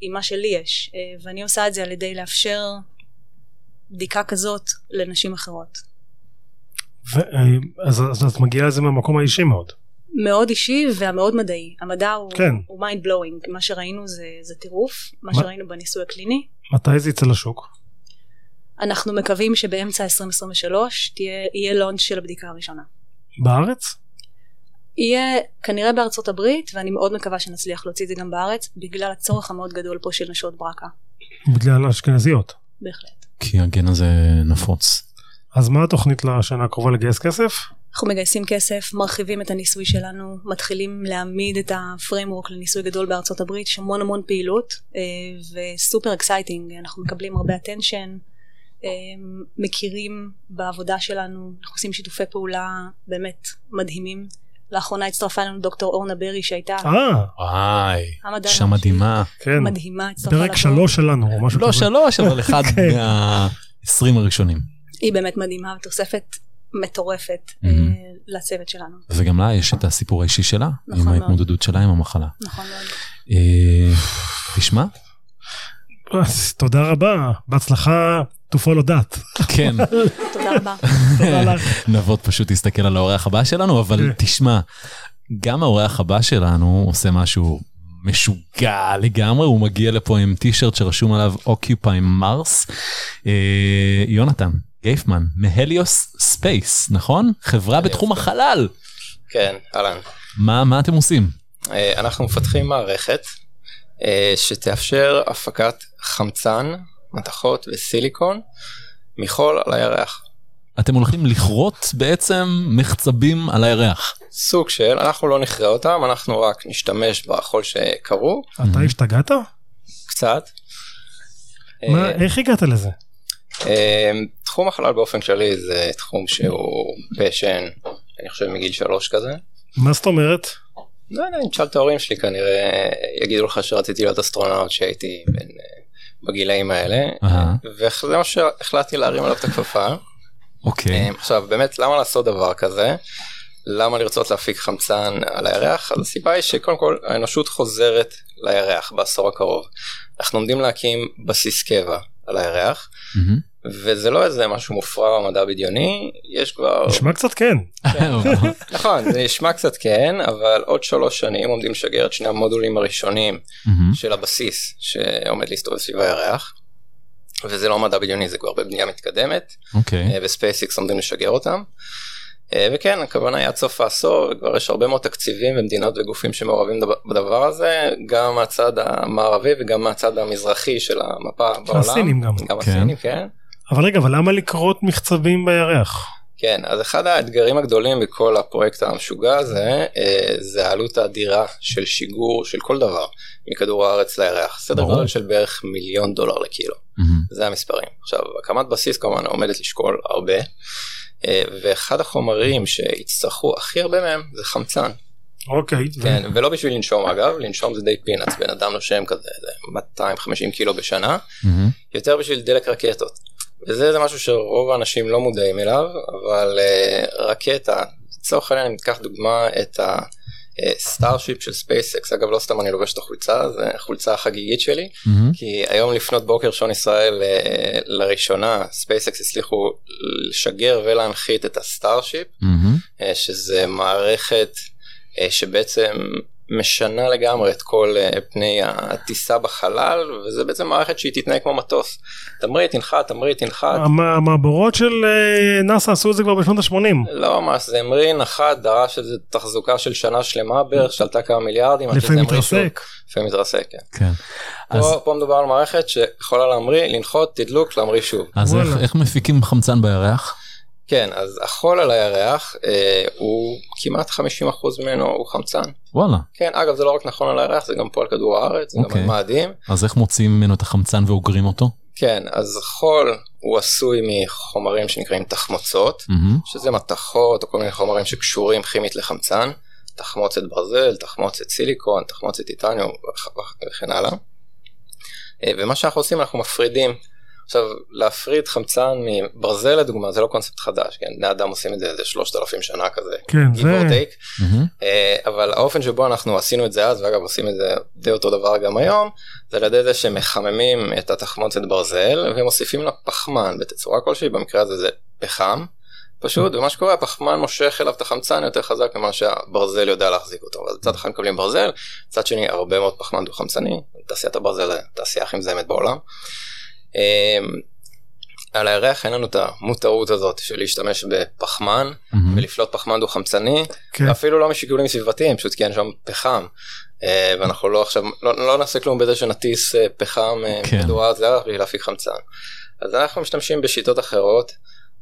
עם מה שלי יש, אה, ואני עושה את זה על ידי לאפשר בדיקה כזאת לנשים אחרות.
ו- אה, אז אז את מגיעה לזה מהמקום האישי מאוד.
מאוד אישי והמאוד מדעי. המדע הוא,
כן.
הוא mind blowing, מה שראינו זה, זה טירוף, מה
מה-
שראינו בניסוי הקליני.
מתי זה יצא לשוק?
אנחנו מקווים שבאמצע 2023 תהיה, יהיה לונץ' של הבדיקה הראשונה.
בארץ?
יהיה כנראה בארצות הברית, ואני מאוד מקווה שנצליח להוציא את זה גם בארץ, בגלל הצורך המאוד גדול פה של נשות ברקה,
בגלל האשכנזיות.
בהחלט.
כי הגן הזה נפוץ.
אז מה התוכנית לשנה הקרובה לגייס כסף?
אנחנו מגייסים כסף, מרחיבים את הניסוי שלנו, מתחילים להעמיד את הפריימוורק לניסוי גדול בארצות הברית, יש המון המון פעילות, אה, וסופר אקסייטינג, אנחנו מקבלים הרבה attention, אה, מכירים בעבודה שלנו, אנחנו עושים שיתופי פעולה באמת מדהימים. לאחרונה הצטרפה אלינו דוקטור אורנה ברי שהייתה
אה,
וואי,
המדען
אישה
הראשי.
מדהימה.
כן.
מדהימה, הצטרפה
פרק
לפה.
שלוש שלנו, או משהו
לא
אוקיי.
כזה.
שלוש, אבל אחד מה-20 הראשונים.
היא באמת מדהימה, תוספת מטורפת
Mhm.
אה, לצוות שלנו.
וגם לה יש את הסיפור האישי שלה,
נכון
עם
מאוד.
ההתמודדות שלה עם המחלה.
נכון מאוד.
אה, תשמע,
אה, אז תודה רבה, בהצלחה, תופעל עוד דת.
כן,
תודה רבה.
תודה לך.
נבות פשוט תסתכל על האורח הבא שלנו, אבל
כן.
תשמע, גם האורח הבא שלנו עושה משהו משוגע לגמרי, הוא מגיע לפה עם טישרט שרשום עליו Occupy Mars. אה, יונתן גייפמן מהליוס ספייס, נכון? חברה בתחום החלל.
כן, אהלן.
מה מה אתם עושים?
אה, אנחנו מפתחים מערכת אה, שתאפשר הפקת חמצן, מתכות וסיליקון מחול על הירח.
אתם הולכים לכרות בעצם מחצבים על הירח.
סוג של, אנחנו לא נכרה אותם, אנחנו רק נשתמש בחול שקרו,
אתה השתגעת?
קצת.
מה,
אה,
איך הגעת לזה?
אה, תחום החלל באופן כללי זה תחום שהוא פשן, אני חושב מגיל שלוש כזה.
מה זאת אומרת?
לא יודע, אם תשאל את ההורים שלי כנראה יגידו לך שרציתי להיות אסטרונאוט שהייתי בן, אה, בגילאים האלה,
אהה.
וזה מה שהחלטתי להרים עליו את הכפפה.
אוקיי.
אמ, עכשיו באמת למה לעשות דבר כזה? למה לרצות להפיק חמצן על הירח? אז הסיבה היא שקודם כל האנושות חוזרת לירח בעשור הקרוב. אנחנו עומדים להקים בסיס קבע על הירח,
מהמם.
וזה לא איזה משהו מופרע או מדע בדיוני, יש כבר...
נשמע קצת כן.
אה, נכון, זה נשמע קצת כן, אבל עוד שלוש שנים עומדים לשגר את שני המודולים הראשונים
מהמם.
של הבסיס שעומד להסתובב סביב הירח. וזה לא מדע בדיוני, זה כבר בבנייה מתקדמת.
אוקיי.
אה, וספייסיקס עומדים לשגר אותם. אה, וכן הכוונה היא עד סוף העשור כבר יש הרבה מאוד תקציבים ומדינות וגופים שמעורבים דב- בדבר הזה גם מהצד המערבי וגם מהצד המזרחי של המפה בעולם.
הסינים גם.
גם
כן.
הסינים כן.
אבל רגע, אבל למה לכרות מחצבים בירח?
כן, אז אחד האתגרים הגדולים בכל הפרויקט המשוגע הזה, אה, זה העלות האדירה של שיגור של כל דבר מכדור הארץ לירח. סדר
ברור.
גודל של בערך מיליון דולר לקילו. זה המספרים. עכשיו, הקמת בסיס כמובן עומדת לשקול הרבה, אה, ואחד החומרים שיצטרכו הכי הרבה מהם זה חמצן.
אוקיי.
כן, ולא בשביל לנשום אגב, לנשום זה די פינאץ, בן אדם נושם כזה איזה 250 קילו בשנה, יותר בשביל דלק רקטות. וזה זה משהו שרוב האנשים לא מודעים אליו, אבל uh, רקטה, לצורך העניין אני אקח דוגמה את הסטארשיפ של ספייסקס, אגב לא סתם אני לובש את החולצה, זו החולצה החגיגית שלי, כי היום לפנות בוקר שעון ישראל אה, לראשונה ספייסקס הצליחו לשגר ולהנחית את הסטארשיפ אה, שזה מערכת אה, שבעצם משנה לגמרי את כל אה, פני הטיסה בחלל וזה בעצם מערכת שהיא תתנהג כמו מטוס. תמריא תנחת תמריא תנחת.
המ- המעבורות של אה, נאסא עשו את זה כבר בשנות ה-80.
לא ממש זה המריא נחת דרש איזה תחזוקה של שנה שלמה בערך שעלתה כמה מיליארדים. עד שזה
לפעמים
המריא שוב.
מתרסק.
לפעמים מתרסק. כן.
כן. אז-
פה, פה מדובר על מערכת שיכולה להמריא לנחות תדלוק להמריא שוב.
אז איך-
וואלה.
איך מפיקים חמצן בירח?
כן אז החול על הירח אה, הוא כמעט 50% ממנו הוא חמצן.
וואלה.
כן, אגב, זה לא רק נכון על הירח, זה גם פה על כדור הארץ, זה גם
אוקיי.
על מאדים.
אז איך מוציאים ממנו את החמצן ואוגרים אותו?
כן, אז חול הוא עשוי מחומרים שנקראים תחמוצות,
מהמם.
שזה מתכות או כל מיני חומרים שקשורים כימית לחמצן, תחמוצת ברזל, תחמוצת סיליקון, תחמוצת טיטניום וכ- וכ- וכן הלאה. אה, ומה שאנחנו עושים, אנחנו מפרידים. עכשיו, להפריד חמצן מברזל לדוגמה, זה לא קונספט חדש, כן? בני אדם עושים את זה איזה 3,000 שנה כזה,
כן,
give or
זה...
take.
מהמם.
אה, אבל האופן שבו אנחנו עשינו את זה אז ואגב עושים את זה די אותו דבר גם היום זה על ידי זה שמחממים את התחמוצת ברזל ומוסיפים לה פחמן בתצורה כלשהי במקרה הזה זה פחם פשוט ומה שקורה הפחמן מושך אליו את החמצן יותר חזק ממה שהברזל יודע להחזיק אותו אז מצד אחד מקבלים ברזל מצד שני הרבה מאוד פחמן דו חמצני תעשיית הברזל זה התעשייה הכי מזהמת בעולם. אה, על הירח אין לנו את המותרות הזאת של להשתמש בפחמן
מהמם.
ולפלוט פחמן דו חמצני
כן.
אפילו לא משיקולים סביבתיים פשוט כי אין שם פחם. אה, ואנחנו לא עכשיו לא, לא נעשה כלום בזה שנטיס אה, פחם אה,
כן.
מכדור הארץ לירח בשביל להפיק חמצן. אז אנחנו משתמשים בשיטות אחרות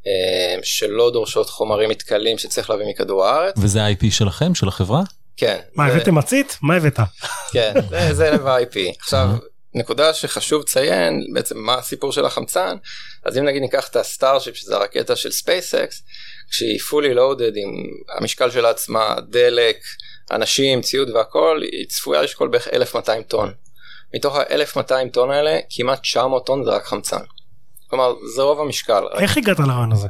אה, שלא דורשות חומרים מתכלים שצריך להביא מכדור הארץ.
וזה ה-IP שלכם, של החברה?
כן.
מה,
זה-
הבאתם מצית? מה הבאת?
כן, זה- זה לב ה-IP. עכשיו,
אה.
נקודה שחשוב לציין, בעצם מה הסיפור של החמצן, אז אם נגיד ניקח את הסטארשיפ, שזה הרקטה של ספייסקס, כשהיא fully loaded עם המשקל שלה עצמה, דלק, אנשים, ציוד והכל, היא צפויה לשקול בערך 1,200 טון. מתוך ה-1,200 טון האלה, כמעט 900 טון זה רק חמצן. כלומר, זה רוב המשקל.
איך הגעת לרעיון הזה?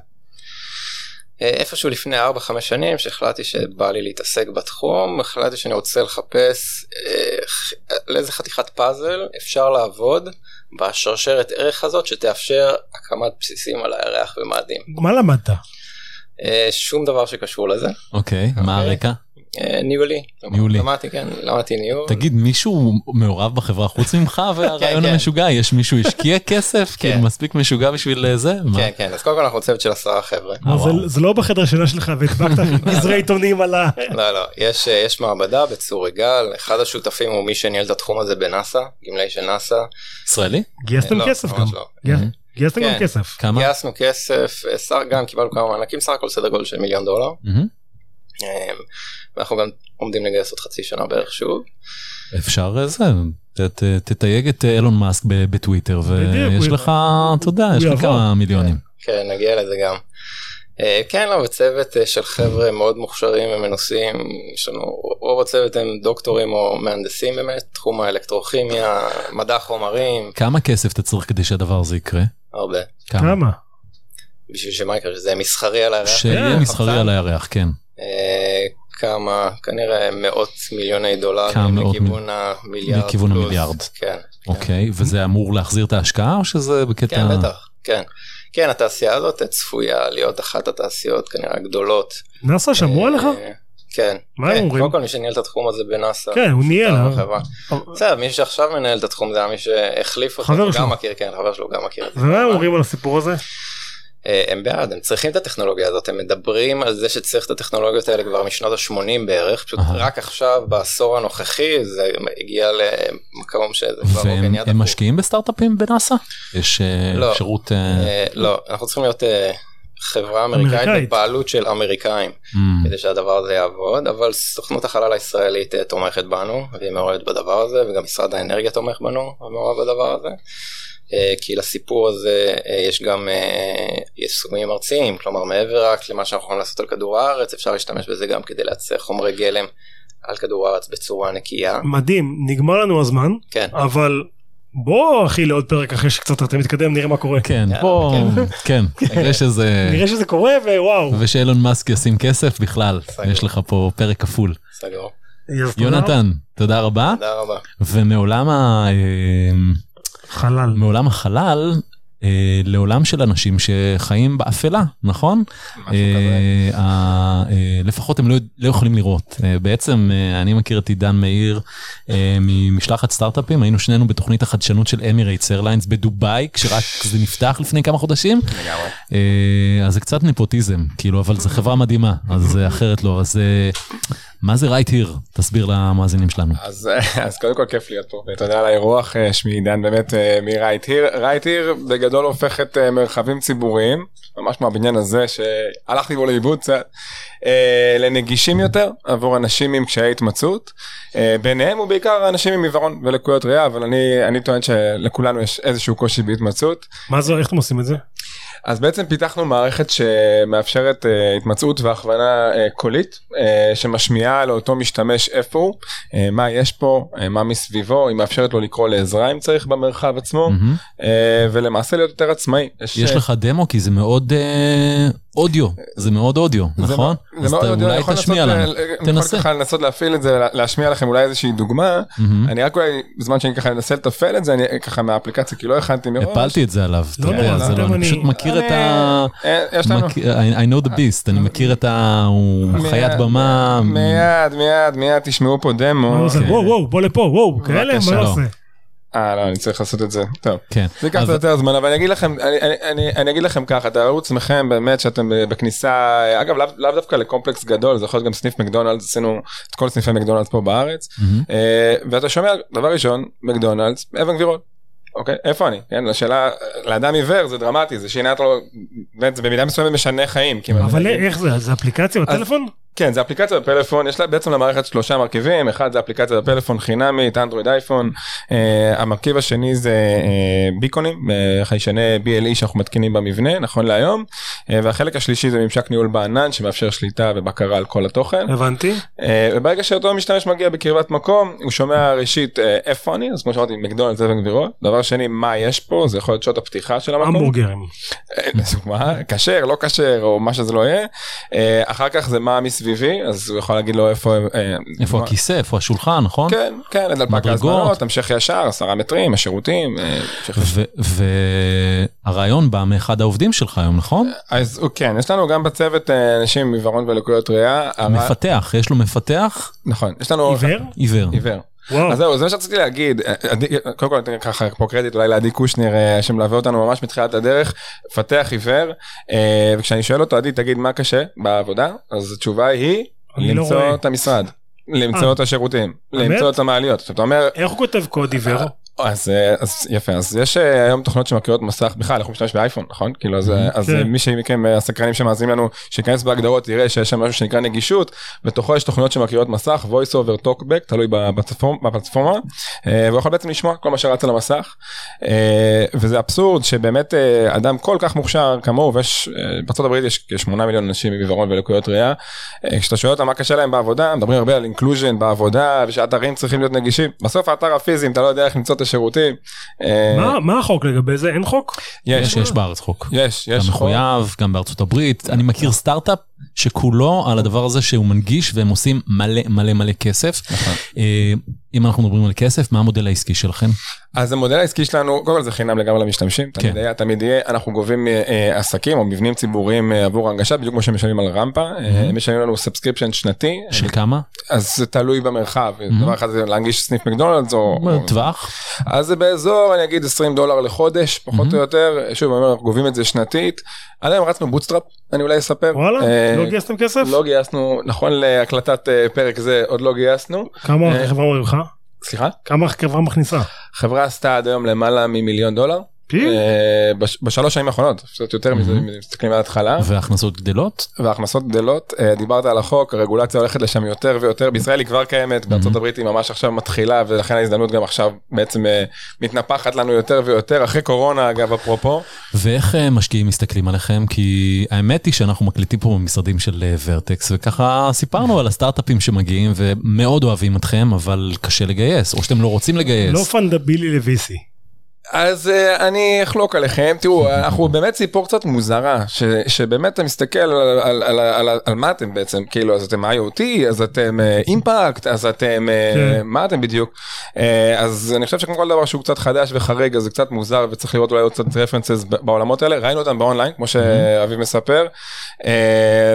אה, איפשהו לפני 4-5 שנים שהחלטתי שבא לי להתעסק בתחום החלטתי שאני רוצה לחפש אה, ח- על איזה חתיכת פאזל אפשר לעבוד בשרשרת ערך הזאת שתאפשר הקמת בסיסים על הירח ומאדים
מה למדת?
אה, שום דבר שקשור לזה
אוקיי. מה
אוקיי.
הרקע?
אה, ניהולי
ניהולי.
למדתי כן למדתי ניהול
תגיד, מישהו מעורב בחברה חוץ ממך והרעיון
כן.
המשוגע? יש מישהו השקיע כסף? כאילו מספיק משוגע בשביל אה, זה? מה?
כן כן אז קודם כל אנחנו צוות של עשרה חבר'ה
אה, וואו.
זה- זה לא בחדר שינה שלך והדבקת גזרי עיתונים על ה...
לא לא יש אה, יש מעבדה בצור יגאל אחד השותפים הוא מי שניהל את התחום הזה בנאסא גמלאי של נאסא.
ישראלי?
גייסתם
לא,
כסף גם.
ממש לא.
גייס- גייסתם גם
כן.
כסף.
כמה?
גייסנו כסף, אה, שר, גם קיבלנו כמה מענקים, סך הכל סדר גודל של מיליון דולר.
מהמם.
אה, ואנחנו גם עומדים לגייס עוד חצי שנה בערך שוב.
אפשר אה, זה, ת- ת- תתייג את אה, אילון מאסק ב- בטוויטר
בדיוק,
ויש
הוא-
לך, אתה יודע,
הוא
יש לך
יעבור.
כמה מיליונים.
כן, נגיע לזה גם. אה, כן, לא, וצוות אה, של חבר'ה מאוד מוכשרים ומנוסים, יש לנו, רוב הצוות הם דוקטורים או מהנדסים באמת, תחום האלקטרוכימיה, מדע חומרים,
כמה כסף אתה צריך כדי שהדבר הזה יקרה?
הרבה.
כמה?
בשביל שמה יקרה, שזה מסחרי על הירח.
שיהיה
אה,
מסחרי
חמצן.
על הירח, כן.
אה, כמה, כנראה מאות מיליוני
כמה
דולרים
מאות
לכיוון המיליארד.
לכיוון
פלוס.
המיליארד.
כן.
אוקיי, וזה אמור להחזיר את ההשקעה או שזה בקטע...
אה.
כן, בטח, כן. כן, התעשייה הזאת צפויה להיות אחת התעשיות כנראה הגדולות.
נאסא שמעו עליך?
אה, כן.
מה הם
כן,
אומרים?
קודם כל מי שניהל את התחום הזה בנאסא.
כן, הוא ניהל.
אה,
אבל-
בחברה. בסדר, מי שעכשיו מנהל את התחום זה היה מי שהחליף אותו,
חבר
הוא
שלו.
גם מכיר, כן, חבר שלו גם מכיר את זה.
ומה הם אומרים על הסיפור הזה?
אה, הם בעד, הם צריכים את הטכנולוגיה הזאת, הם מדברים על זה שצריך את הטכנולוגיות האלה כבר משנות ה-80 בערך, פשוט
אהה.
רק עכשיו, בעשור הנוכחי, זה הגיע למקום שזה כבר לא
והם
בניין
הם משקיעים בסטארט-אפים בנאסא? יש אה,
לא.
אפשרות... אה,
אה, לא, אנחנו צריכים להיות אה, חברה אמריקאית
אמריקאית.
בבעלות של אמריקאים
אה,
כדי שהדבר הזה יעבוד אבל סוכנות החלל הישראלית אה, תומכת בנו והיא מעורבת בדבר הזה וגם משרד האנרגיה תומך בנו ומעורב בדבר הזה. אה, כי לסיפור הזה אה, יש גם אה, יישומים ארציים כלומר מעבר רק למה שאנחנו יכולים לעשות על כדור הארץ אפשר להשתמש בזה גם כדי לייצר חומרי גלם על כדור הארץ בצורה נקייה.
מדהים, נגמר לנו הזמן,
כן.
אבל בוא אחי לעוד פרק אחרי שקצת יותר מתקדם, נראה מה קורה.
כן,
יאללה, אוקיי.
פה, כן, נראה שזה,
נראה שזה קורה ווואו.
ושאילון מאסק ישים כסף בכלל,
סגור.
יש לך פה פרק כפול.
סגור.
אז תודה.
יונתן, תודה רבה,
תודה רבה.
אה, ומעולם ה... אה,
חלל.
מעולם החלל אה, לעולם של אנשים שחיים באפלה, נכון? אה, ה- אה, לפחות הם לא, יודע- לא יכולים לראות. אה, בעצם אה, אני מכיר את עידן מאיר אה, ממשלחת סטארט-אפים, היינו שנינו בתוכנית החדשנות של אמירייטס איירליינס בדובאי, כשרק זה נפתח לפני כמה חודשים. אה, אז זה קצת נפוטיזם, כאילו, אבל זו חברה מדהימה, אז אה, אחרת לא. אז אה, מה זה right here? תסביר למאזינים שלנו.
אז, אה, אז קודם כל כיף להיות פה, ותודה על האירוח, אה, שמי עידן באמת אה, מ-Right Here. Right Here בגדול הופכת אה, מרחבים ציבוריים, ממש מהבניין הזה שהלכתי בו לאיבוד קצת, אה, לנגישים יותר עבור אנשים עם קשיי התמצאות, אה, ביניהם ובעיקר אנשים עם עיוורון ולקויות ראייה, אבל אני, אני טוען שלכולנו יש איזשהו קושי בהתמצאות.
מה זה, איך אתם עושים את זה?
אז בעצם פיתחנו מערכת שמאפשרת uh, התמצאות והכוונה uh, קולית uh, שמשמיעה לאותו משתמש איפה הוא, uh, מה יש פה, uh, מה מסביבו, היא מאפשרת לו לקרוא לעזרה אם צריך במרחב עצמו,
מהמם.
uh, ולמעשה להיות יותר עצמאי.
Mm.
אה,
יש לך דמו כי זה מאוד אה, אודיו, זה מאוד אודיו, נכון?
זה
אז
מאוד
אתה
מאוד- אני
אולי
יכול
תשמיע
לנסות,
לנו.
אה, אני
תנסה. Mm.
יכול ככה לנסות להפעיל את זה, לה- להשמיע לכם אולי איזושהי דוגמה.
מהמם.
אה, אני רק אולי, בזמן שאני ככה אנסה לתפעל את זה, אני אה, ככה מהאפליקציה, כי לא הכנתי מראש.
הפלתי את זה עליו, אתה
לא
יודע,
נורא,
זה לא,
גם
אני
אני.
פשוט מכיר את ה...
אה, יש לנו.
מכיר- I I know the beast, אני מכיר את ה... הוא
מיד,
חיית במה.
מיד, מיד, מיד, תשמעו פה
מה הוא
דמו.
עושה? וואו וואו בוא לפה וואו כאלה מה
אוקיי. בבקשה.
הוא עושה?
אה לא אני צריך לעשות את זה טוב
כן.
זה ייקח
אז-
יותר זמן אבל אני אגיד לכם אני, אני, אני, אני אגיד לכם ככה תארו עצמכם באמת שאתם בכניסה אה, אגב לאו לאו דווקא לקומפלקס גדול זה יכול להיות גם סניף מקדונלדס עשינו את כל סניפי מקדונלדס פה בארץ
מהמם.
אה, ואתה שומע דבר ראשון מקדונלדס אבן גבירול. אוקיי איפה אני כן לשאלה לאדם עיוור זה דרמטי זה שינה אותו באמת זה במידה מסוימת משנה חיים כמעט.
אבל אה, איך זה? זה אפליקציה בטלפון?
כן זה אפליקציה בפלאפון יש לה בעצם למערכת שלושה מרכיבים אחד זה אפליקציה בפלאפון חינמית אנדרואיד אייפון אה, המרכיב השני זה אה, ביקונים אה, חיישני BLE שאנחנו מתקינים במבנה נכון להיום אה, והחלק השלישי זה ממשק ניהול בענן שמאפשר שליטה ובקרה על כל התוכן
הבנתי.
אה, וברגע שאותו משתמש מגיע בקרבת מקום הוא שומע ראשית אה, איפה אני אז כמו שאמרתי מקדונלדס אבן גבירול דבר שני מה יש פה זה יכול להיות שעות הפתיחה של המקום
המבורגרים.
מה כשר לא כשר או מה שזה לא יהיה אה, אחר כך זה מה מסביבי אז הוא יכול להגיד לו איפה אה,
איפה
מה-
הכיסא, איפה השולחן, נכון?
כן כן את דלפק
מדרגות.
ההזמנות תמשיך ישר עשרה מטרים השירותים. אה, המשך-
והרעיון בא מאחד העובדים שלך היום, נכון?
אז הוא- כן יש לנו גם בצוות אה, אנשים עם עיוורון ולקויות ראייה הרע-
מפתח, יש לו מפתח
נכון יש לנו
עיוור?
עיוור.
עיוור. אז
וואו.
זהו, זה מה שרציתי להגיד, אה, עדי- קודם כל ניתן ככה פה קרדיט אולי לעדי קושניר אה, שמלווה אותנו ממש מתחילת הדרך, פתח עיוור, אה, וכשאני שואל אותו עדי תגיד מה קשה בעבודה, אז התשובה היא
אני לא
למצוא
רואה.
את המשרד. למצוא
אה.
את השירותים,
באמת?
למצוא את המעליות, עכשיו, אתה אומר,
איך הוא כותב קוד עיוור?
אז, אה, אז יפה, אז יש אה, היום תוכנות שמקריאות מסך, בכלל אנחנו משתמש באייפון, נכון? כאילו, אז, אה, אז
כן.
אה, מי שמכם אה, הסקרנים שמאזינים לנו, שייכנס בהגדרות, יראה שיש שם משהו שנקרא נגישות, בתוכו יש תוכניות שמקריאות מסך, voice over talkback, תלוי בפלטפורמה, בפלטפורמה אה, והוא יכול בעצם לשמוע כל מה שרץ על המסך, אה, וזה אבסורד שבאמת אה, אדם כל כך מוכשר כמוהו, ויש, אה, בארה"ב יש כ-8 מיליון אנשים עם עיוורון ולקויות ראייה, אה, כשאתה שואל אותם מה קשה להם בעבודה, מדברים הרבה על אינקלוז'ן בעבודה, ושאתרים צריכים להיות נגישים, בסוף האתר הפיזי, אם אתה לא יודע איך למצוא את השירותים, אה,
מה- מה החוק לגבי זה? אין חוק?
יש,
יש,
יש בארץ חוק.
יש,
גם
יש נכון. חוק.
מחויב, גם בארצות הברית. אני מכיר סטארט-אפ שכולו על הדבר הזה שהוא מנגיש והם עושים מלא מלא מלא כסף.
נכון.
אה, אם אנחנו מדברים על כסף, מה המודל העסקי שלכם?
אז המודל העסקי שלנו, קודם כל זה חינם לגמרי למשתמשים, תמיד
כן.
היה, תמיד יהיה, אנחנו גובים אה, אה, עסקים או מבנים ציבוריים אה, עבור הנגשה, בדיוק כמו שמשלמים על רמפה, אה, הם משלמים לנו סאבסקריפשן שנתי,
של כמה?
אז זה תלוי במרחב,
Mhm.
דבר אחד זה להנגיש סניף מקדונלדס, או- או-
טווח?
אז זה באזור, אני אגיד 20 דולר לחודש, פחות
Mhm.
או יותר, שוב, אני אומר, אנחנו גובים את זה שנתית, עדיין רצנו בוטסטראפ, אני אולי אספר.
וואלה?
אה,
לא גייסתם כסף?
לא גייסנו, נכון להקלטת אה, פרק זה עוד לא גייסנו,
כמה
אה.
החברה מרוויחה?
סליחה,
כמה החברה מכניסה?
חברה עשתה עד היום למעלה ממיליון דולר.
פי?
אה, בש- בשלוש שנים האחרונות, קצת יותר
Mhm.
מזה, אם מסתכלים על ההתחלה.
וההכנסות גדלות?
וההכנסות גדלות, אה, דיברת על החוק, הרגולציה הולכת לשם יותר ויותר, בישראל היא כבר קיימת, בארצות הברית היא ממש עכשיו מתחילה, ולכן ההזדמנות גם עכשיו בעצם אה, מתנפחת לנו יותר ויותר, אחרי קורונה אגב, אפרופו.
ואיך אה, משקיעים מסתכלים עליכם? כי האמת היא שאנחנו מקליטים פה במשרדים של אה, ורטקס, וככה סיפרנו על הסטארט-אפים שמגיעים ומאוד אוהבים אתכם, אבל קשה לגייס, או שאתם לא רוצים לגייס.
לא פנדבילי לוויסי.
אז אה, אני אחלוק עליכם, תראו, אנחנו באמת סיפור קצת מוזרה, ש, שבאמת אתה מסתכל על, על, על, על, על, על מה אתם בעצם, כאילו, אז אתם IoT, אז אתם אה, אימפקט, אז אתם, אה,
כן.
מה אתם בדיוק? אה, אז אני חושב שכמו כל דבר שהוא קצת חדש וחריג, אז זה קצת מוזר וצריך לראות אולי עוד קצת רפרנסס בעולמות האלה, ראינו אותם באונליין, כמו שאביב מספר. אה,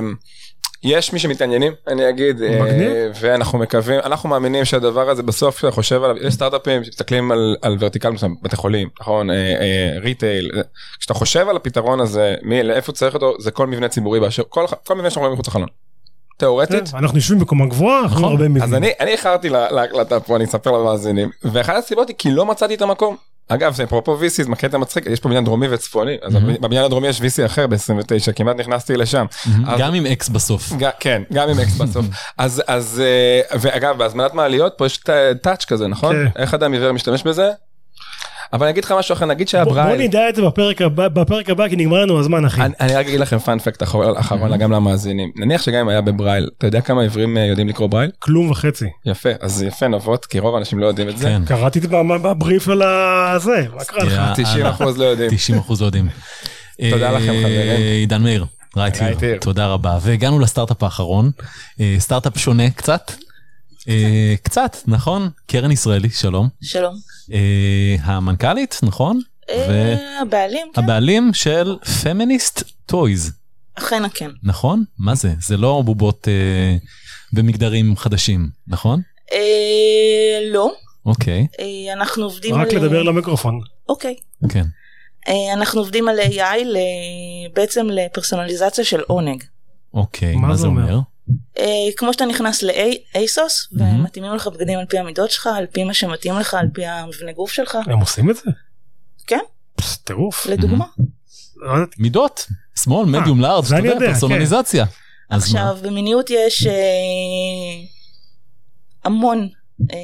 יש מי שמתעניינים אני אגיד אה,
מגניב.
ואנחנו מקווים אנחנו מאמינים שהדבר הזה בסוף כשאתה חושב עליו יש סטארט-אפים שמסתכלים על, על ורטיקל מסוים בתי חולים נכון אה, אה, ריטייל אה, כשאתה חושב על הפתרון הזה מי לאיפה צריך אותו זה כל מבנה ציבורי באשר כל, כל מבנה שאנחנו רואים מחוץ לחלון. תאורטית
כן, אנחנו יושבים בקומה גבוהה, אנחנו
נכון.
הרבה מבינים.
אז אני אני איחרתי לה- להקלטה פה אני אספר למאזינים ואחת הסיבות היא כי לא מצאתי את המקום. אגב זה אפרופו VC זה מקטע מצחיק יש פה בניין דרומי וצפוני אז בבניין הדרומי יש VC אחר ב-29 כמעט נכנסתי לשם. אז-
גם עם אקס בסוף.
ג- כן, גם עם אקס בסוף. אז, אז, אה, ואגב, בהזמנת מעליות פה יש ט- טאץ' כזה, נכון?
כן.
איך אדם עיוור משתמש בזה? אבל אני אגיד לך משהו אחר, נגיד שהיה
בוא- בוא
ברייל.
נדע את זה בפרק הבא, בפרק הבא כי נגמר לנו הזמן אחי.
אני, אני רק אגיד לכם פאנפקט אחרון אחרון גם למאזינים. נניח שגם אם היה בברייל, אתה יודע כמה עיוורים אה, יודעים לקרוא ברייל?
כלום וחצי.
יפה, אז יפה נבות, כי רוב האנשים לא יודעים את זה.
כן,
קראתי את זה ב- בבריף על הזה, מה קרה לך?
יאללה.
90% לא יודעים.
90 אחוז לא יודעים.
תודה לכם,
אה,
חברים.
עידן מאיר, right
Right
here,
here.
תודה רבה. והגענו לסטארט-אפ האחרון, אה, סטארט-אפ שונה קצת. אה, קצת, נכון? קרן ישראלי, שלום.
שלום.
אה, המנכ"לית, נכון?
אה, הבעלים, כן.
הבעלים של פמיניסט טויז,
אכן כן.
נכון? מה זה? זה לא בובות אה, במגדרים חדשים, נכון?
אה, לא,
אוקיי,
אה, אנחנו עובדים
רק
על... אה,
לדבר למיקרופון.
אוקיי.
כן.
אה, אנחנו עובדים על AI ל- בעצם לפרסונליזציה של עונג.
אוקיי,
מה
מה
זה
זה
אומר?
אומר?
אה, כמו שאתה נכנס ל-ASOS,
מהמם.
ומתאימים לך בגדים על פי המידות שלך, על פי מה שמתאים לך, על פי המבנה גוף שלך,
הם עושים את זה?
כן.
פס, טירוף.
לדוגמה.
לא יודעת.
מידות, שמאל,
אה,
מדיום, לארג',
זה
אתה
אני
יודע,
יודע, כן.
פרסונליזציה. אז מה?
עכשיו, במיניות יש אה, המון אה,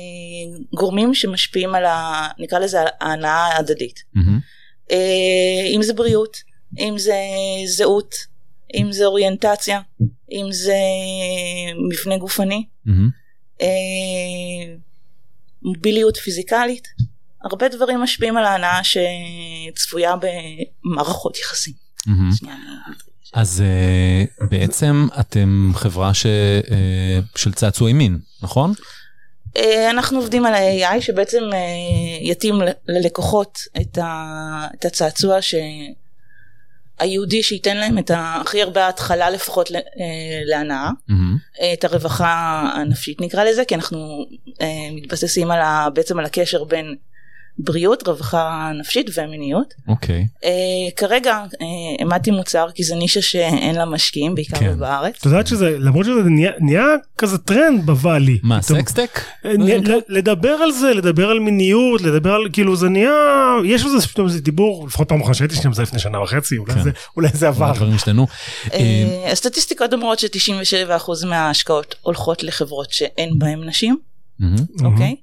גורמים שמשפיעים על ה... נקרא לזה ההנאה ההדדית.
מהמם.
אה, אם זה בריאות, אם זה זהות, אם זה אוריינטציה, אם זה מבנה גופני,
מהמם.
אה, מוביליות פיזיקלית, הרבה דברים משפיעים על ההנאה שצפויה במערכות יחסים.
מהמם.
שנייה, אני-
אז אה, בעצם אתם חברה ש- אה, של צעצועי מין, נכון?
אה, אנחנו עובדים על ה-AI שבעצם אה, יתאים ל- ללקוחות את, ה, את הצעצוע ש... היהודי שייתן להם את ה- הכי הרבה התחלה לפחות ל- אה, להנאה. אה,
מהמם.
את הרווחה הנפשית נקרא לזה כי אנחנו אה, מתבססים על ה, בעצם על הקשר בין בריאות רווחה נפשית ומיניות.
אוקיי,
אה, כרגע אה, העמדתי מוצר כי זה נישה שאין לה משקיעים בעיקר
כן.
כן. בארץ.
את יודעת שזה, למרות שזה נהיה, נהיה כזה טרנד בוואלי.
מה
פתאום.
סקסטק?
אה, נהיה- ל- לדבר על זה, לדבר על מיניות, לדבר על, כאילו זה נהיה, יש איזה פתאום איזה דיבור, לפחות פעם אחת שהייתי שם זה לפני שנה וחצי, אולי
כן.
זה- אולי זה עבר.
הדברים השתנו. אה,
אה, הסטטיסטיקות אומרות ש-97% מההשקעות הולכות לחברות שאין בהן נשים,
מהמם.
אוקיי?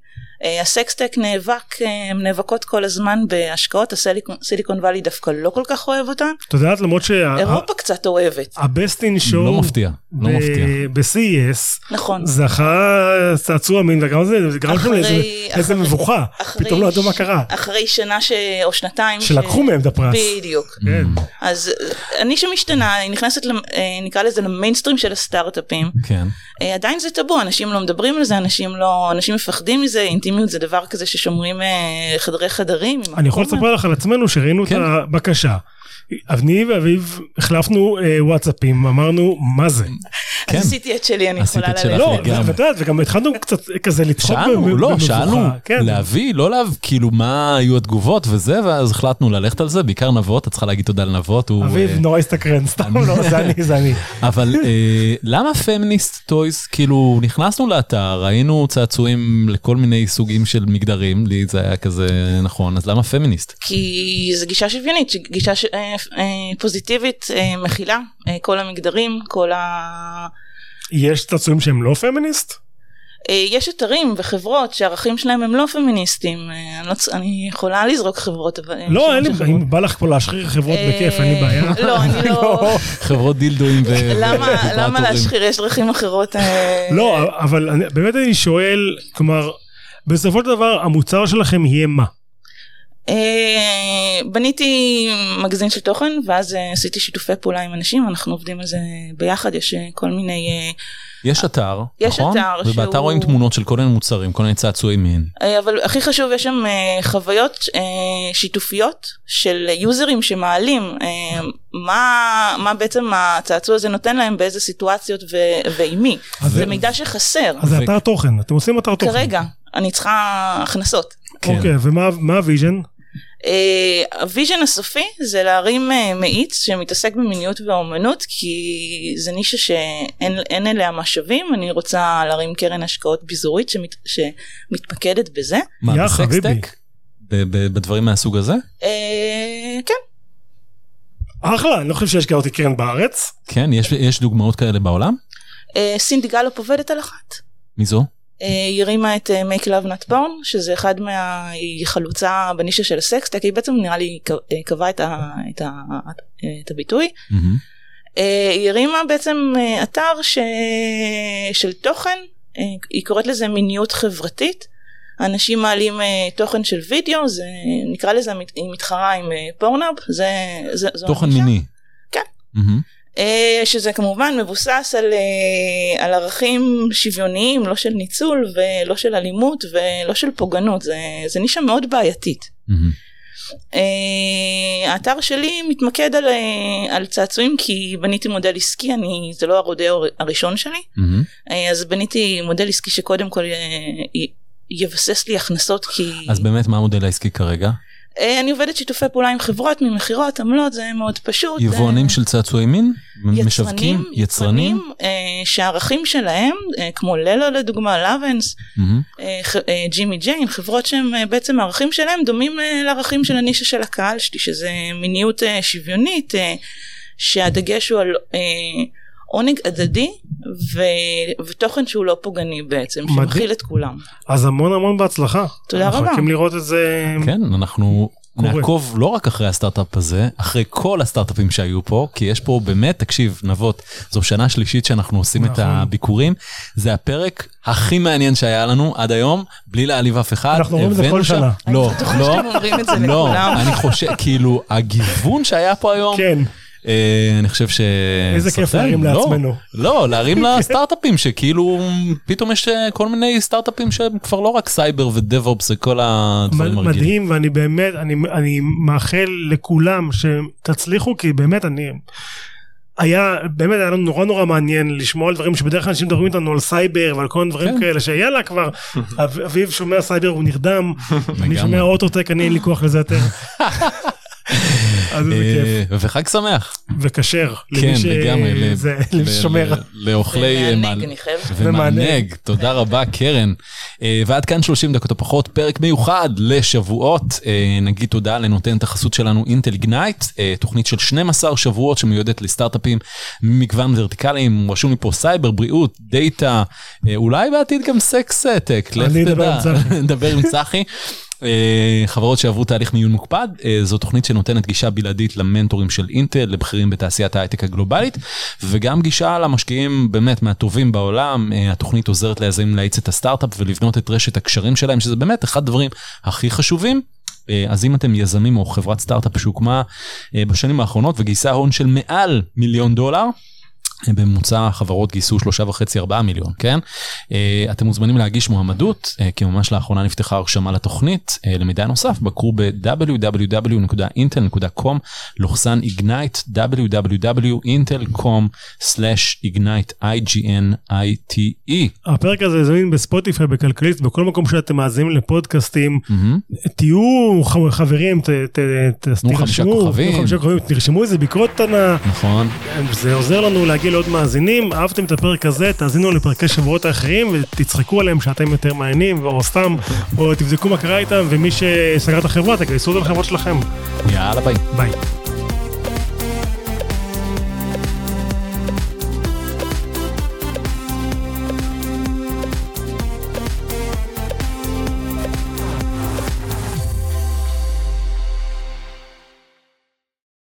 אה, הסקסטק נאבק, אה, הן נאבקות כל הזמן בהשקעות, הסיליקון סיליקון וואלי דווקא לא כל כך אוהב אותן,
את יודעת, למרות שה-
אירופה קצת אוהבת,
הבסט אין שואו,
לא מפתיע, לא מפתיע.
ב-CES,
נכון.
זכה צעצוע מין וגם זה, זה גרם לכם
אחרי-
לאיזה איזה
אחרי-
מבוכה,
אחרי
פתאום לא ידעו מה
ש-
קרה,
אחרי שנה ש... או שנתיים. ש-
שלקחו מהם את הפרס.
בדיוק.
כן.
אז אה, אני שמשתנה, אני נכנסת, למ- אה, נקרא לזה למיינסטרים של הסטארט-אפים.
כן.
אה, עדיין זה טאבו, אנשים לא מדברים על זה, אנשים לא, אנשים מפחדים מזה, אינטימיות זה דבר כזה ששומרים אה, חדרי חדרים. עם
אני יכול
מקום-
לספר לך על עצמנו שראינו את
כן.
הבקשה. אני ואביב החלפנו אה, וואטסאפים, אמרנו מה זה?
כן.
עשיתי את שלי, אני
עשית
יכולה
את שלך.
ללכת.
לא,
לגמרי.
ואת יודעת, וגם התחלנו קצת כזה לצחוק
שאלנו,
במ-
לא,
במבוכה.
שאלנו,
כן.
להביא, לא להביא, כאילו מה היו התגובות וזה, ואז החלטנו ללכת על זה, בעיקר נבות, את צריכה להגיד תודה לנבות, הוא...
אביב
אה,
נורא הסתקרן, סתם לא, זה אני, זה אני.
אבל אה, למה פמיניסט טויס? כאילו, נכנסנו לאתר, ראינו צעצועים לכל מיני סוגים של מגדרים, לי זה היה כזה נכון, אז למה פמיניסט?
כי זו גישה שוויונית, ש- גישה ש... אה, אה, פוזיטיבית, אה, מכילה, אה, כל המגדרים, כל ה...
יש צעצועים שהם לא פמיניסט?
אה, יש אתרים וחברות שהערכים שלהם הם לא פמיניסטים, אה, אני, לא... צ- אני יכולה לזרוק חברות, אבל... אה,
לא,
שמות
אין לי,
של חברות.
אם בא לך פה להשחיר חברות
אה,
בכיף, אין לי בעיה.
לא, אני לא...
חברות דילדואים ו...
למה- למה
וויברטורים.
להשחיר? יש דרכים אחרות. אה,
לא, אבל אני- באמת אני שואל, כלומר, בסופו של דבר המוצר שלכם יהיה מה?
אה, בניתי מגזין של תוכן ואז אה, עשיתי שיתופי פעולה עם אנשים אנחנו עובדים על זה ביחד יש אה, כל מיני אה,
יש אתר,
יש
נכון?
אתר
ובאתר
שהוא-
רואים תמונות של כל מיני מוצרים, כל מיני צעצועי מין.
אה, אבל הכי חשוב יש שם אה, חוויות אה, שיתופיות של יוזרים שמעלים אה, מה מה בעצם הצעצוע הזה נותן להם באיזה סיטואציות ו- ועם מי
אז
זה
זה-
מידע שחסר
אז זה אתר תוכן, אתם עושים אתר תוכן.
כרגע אני צריכה הכנסות.
כן.
אוקיי, ומה מה הוויז'ן?
אה, הוויז'ן הסופי זה להרים אה, מאיץ שמתעסק במיניות ואומנות כי זה נישה שאין אין אליה משאבים אני רוצה להרים קרן השקעות ביזורית שמת, שמתמקדת בזה.
מה,
יא חביבי.
בסקסטק? ב- ב- בדברים מהסוג הזה?
אה, כן
אחלה, אני לא חושב שיש כאותי קרן בארץ.
כן, יש- יש דוגמאות כאלה בעולם?
אה, סינדי גלופ עובדת על אחת.
מי זו?
אה, היא הרימה את אה, Make Love Not Porn שזה אחד מה... היא חלוצה בנישה של הסקסטק היא בעצם נראה לי קב- אה, קבעה את, ה, את, ה, אה, את הביטוי.
מהמם.
אה, היא הרימה בעצם אה, אתר ש... של תוכן, אה, היא קוראת לזה מיניות חברתית. אנשים מעלים אה, תוכן של וידאו, זה נקרא לזה, המת- היא מתחרה עם אה, פורנאב, זה, זה זו
תוכן
הגישה.
מיני.
כן.
מהמם.
אה, שזה כמובן מבוסס על, אה, על ערכים שוויוניים, לא של ניצול ולא של אלימות ולא של פוגענות, זה, זה נישה מאוד בעייתית.
מהמם.
אה, האתר שלי מתמקד על, אה, על צעצועים כי בניתי מודל עסקי, אני, זה לא הרודאו הראשון שלי,
מהמם.
אה, אז בניתי מודל עסקי שקודם כל אה, י- יבסס לי הכנסות כי
אז באמת, מה המודל העסקי כרגע?
אה, אני עובדת שיתופי פעולה עם חברות ממכירות, עמלות, זה מאוד פשוט.
יבואנים
אה,
של צעצועי מין? משווקים? יצרנים?
אה, שהערכים שלהם, אה, כמו ללו לדוגמה, לאבנס,
מהמם.
אה, ח- אה, ג'ימי ג'יין, חברות שהם אה, בעצם הערכים שלהם דומים אה, לערכים של הנישה של הקהל שלי, שזה מיניות אה, שוויונית, אה, שהדגש הוא על אה, עונג הדדי ו- ותוכן שהוא לא פוגעני בעצם,
מדהים.
שמכיל את כולם.
אז המון המון בהצלחה.
תודה
אנחנו
רבה.
מחכים לראות את זה.
כן, אנחנו
קורה.
נעקוב לא רק אחרי הסטארט-אפ הזה, אחרי כל הסטארט-אפים שהיו פה, כי יש פה באמת, תקשיב, נבות, זו שנה שלישית שאנחנו עושים את
נכון.
הביקורים. זה הפרק הכי מעניין שהיה לנו עד היום, בלי להעליב אף אחד.
אנחנו אומרים את זה
הבאנו
כל
שם-
שנה.
לא, לא,
שאתם אומרים את זה
לא,
לכולם.
אני חושב, כאילו, הגיוון שהיה פה היום,
כן,
אה, אני חושב ש...
איזה כיף
סופר,
להרים
לא.
לעצמנו.
לא, להרים לסטארט-אפים שכאילו פתאום יש אה, כל מיני סטארט-אפים שהם כבר לא רק סייבר ודב-אופס וכל הדברים
מד-
הרגילים.
מדהים, ואני באמת, אני, אני מאחל לכולם שתצליחו, כי באמת אני... היה, באמת היה לנו נורא נורא מעניין לשמוע על דברים שבדרך כלל אנשים מדברים איתנו על סייבר ועל כל מיני דברים
כן.
כאלה שיאללה כבר, אב- אביב שומע סייבר הוא נרדם, אני
לגמרי.
שומע אוטוטק אני אין לי כוח לזה יותר. אז זה כיף,
אה, וחג שמח.
וכשר,
כן,
למי ש-
לגמרי. ל-
זה-
ל-
למי ששומר.
ל- לאוכלי... אה,
ומענג,
מענ-
אני חייבת.
ומענג,
ומענג.
תודה רבה קרן. אה, ועד כאן 30 דקות או פחות, פרק מיוחד לשבועות. אה, נגיד תודה לנותנת החסות שלנו אינטל גנייט, אה, תוכנית של 12 שבועות שמיועדת לסטארט-אפים ממגוון ורטיקליים, רשום לי פה סייבר, בריאות, דאטה, אה, אולי בעתיד גם סקס אה, טק, לך
אני אדבר
תדע.
עם צחי.
נדבר עם צחי. אה, חברות שעברו תהליך מיון מוקפד, אה, זו תוכנית שנותנת גישה בלעדית למנטורים של אינטל, לבכירים בתעשיית ההייטק הגלובלית, וגם גישה למשקיעים באמת מהטובים בעולם. אה, התוכנית עוזרת ליזמים להאיץ את הסטארט-אפ ולבנות את רשת הקשרים שלהם, שזה באמת אחד הדברים הכי חשובים. אה, אז אם אתם יזמים או חברת סטארט-אפ שהוקמה אה, בשנים האחרונות וגייסה הון של מעל מיליון דולר, בממוצע החברות גייסו 3.5-4 מיליון, כן? אה, אתם מוזמנים להגיש מועמדות, אה, כי ממש לאחרונה נפתחה הרשמה לתוכנית. אה, למידע נוסף, בקרו ב-www.intel.com, לוחסן איגנייט, www.intel.com/ignite, I-G-N-I-T-E.
הפרק הזה זמין בספוטיפיי, בכלכליסט, בכל מקום שאתם מאזינים לפודקאסטים.
מהמם.
תהיו ח- חברים, ת- ת- ת-
תנו חמישה
תרשמו,
כוכבים.
תנו חמישה כוכבים, תרשמו איזה ביקורת קטנה,
נכון.
זה עוזר לנו להגיע לעוד מאזינים. אהבתם את הפרק הזה, תאזינו לפרקי שבועות האחרים ותצחקו עליהם שאתם יותר מעניינים, או סתם, או תבדקו מה קרה איתם, ומי שסגר את החברה, תגייסו אותם לחברות שלכם.
יאללה ביי.
ביי.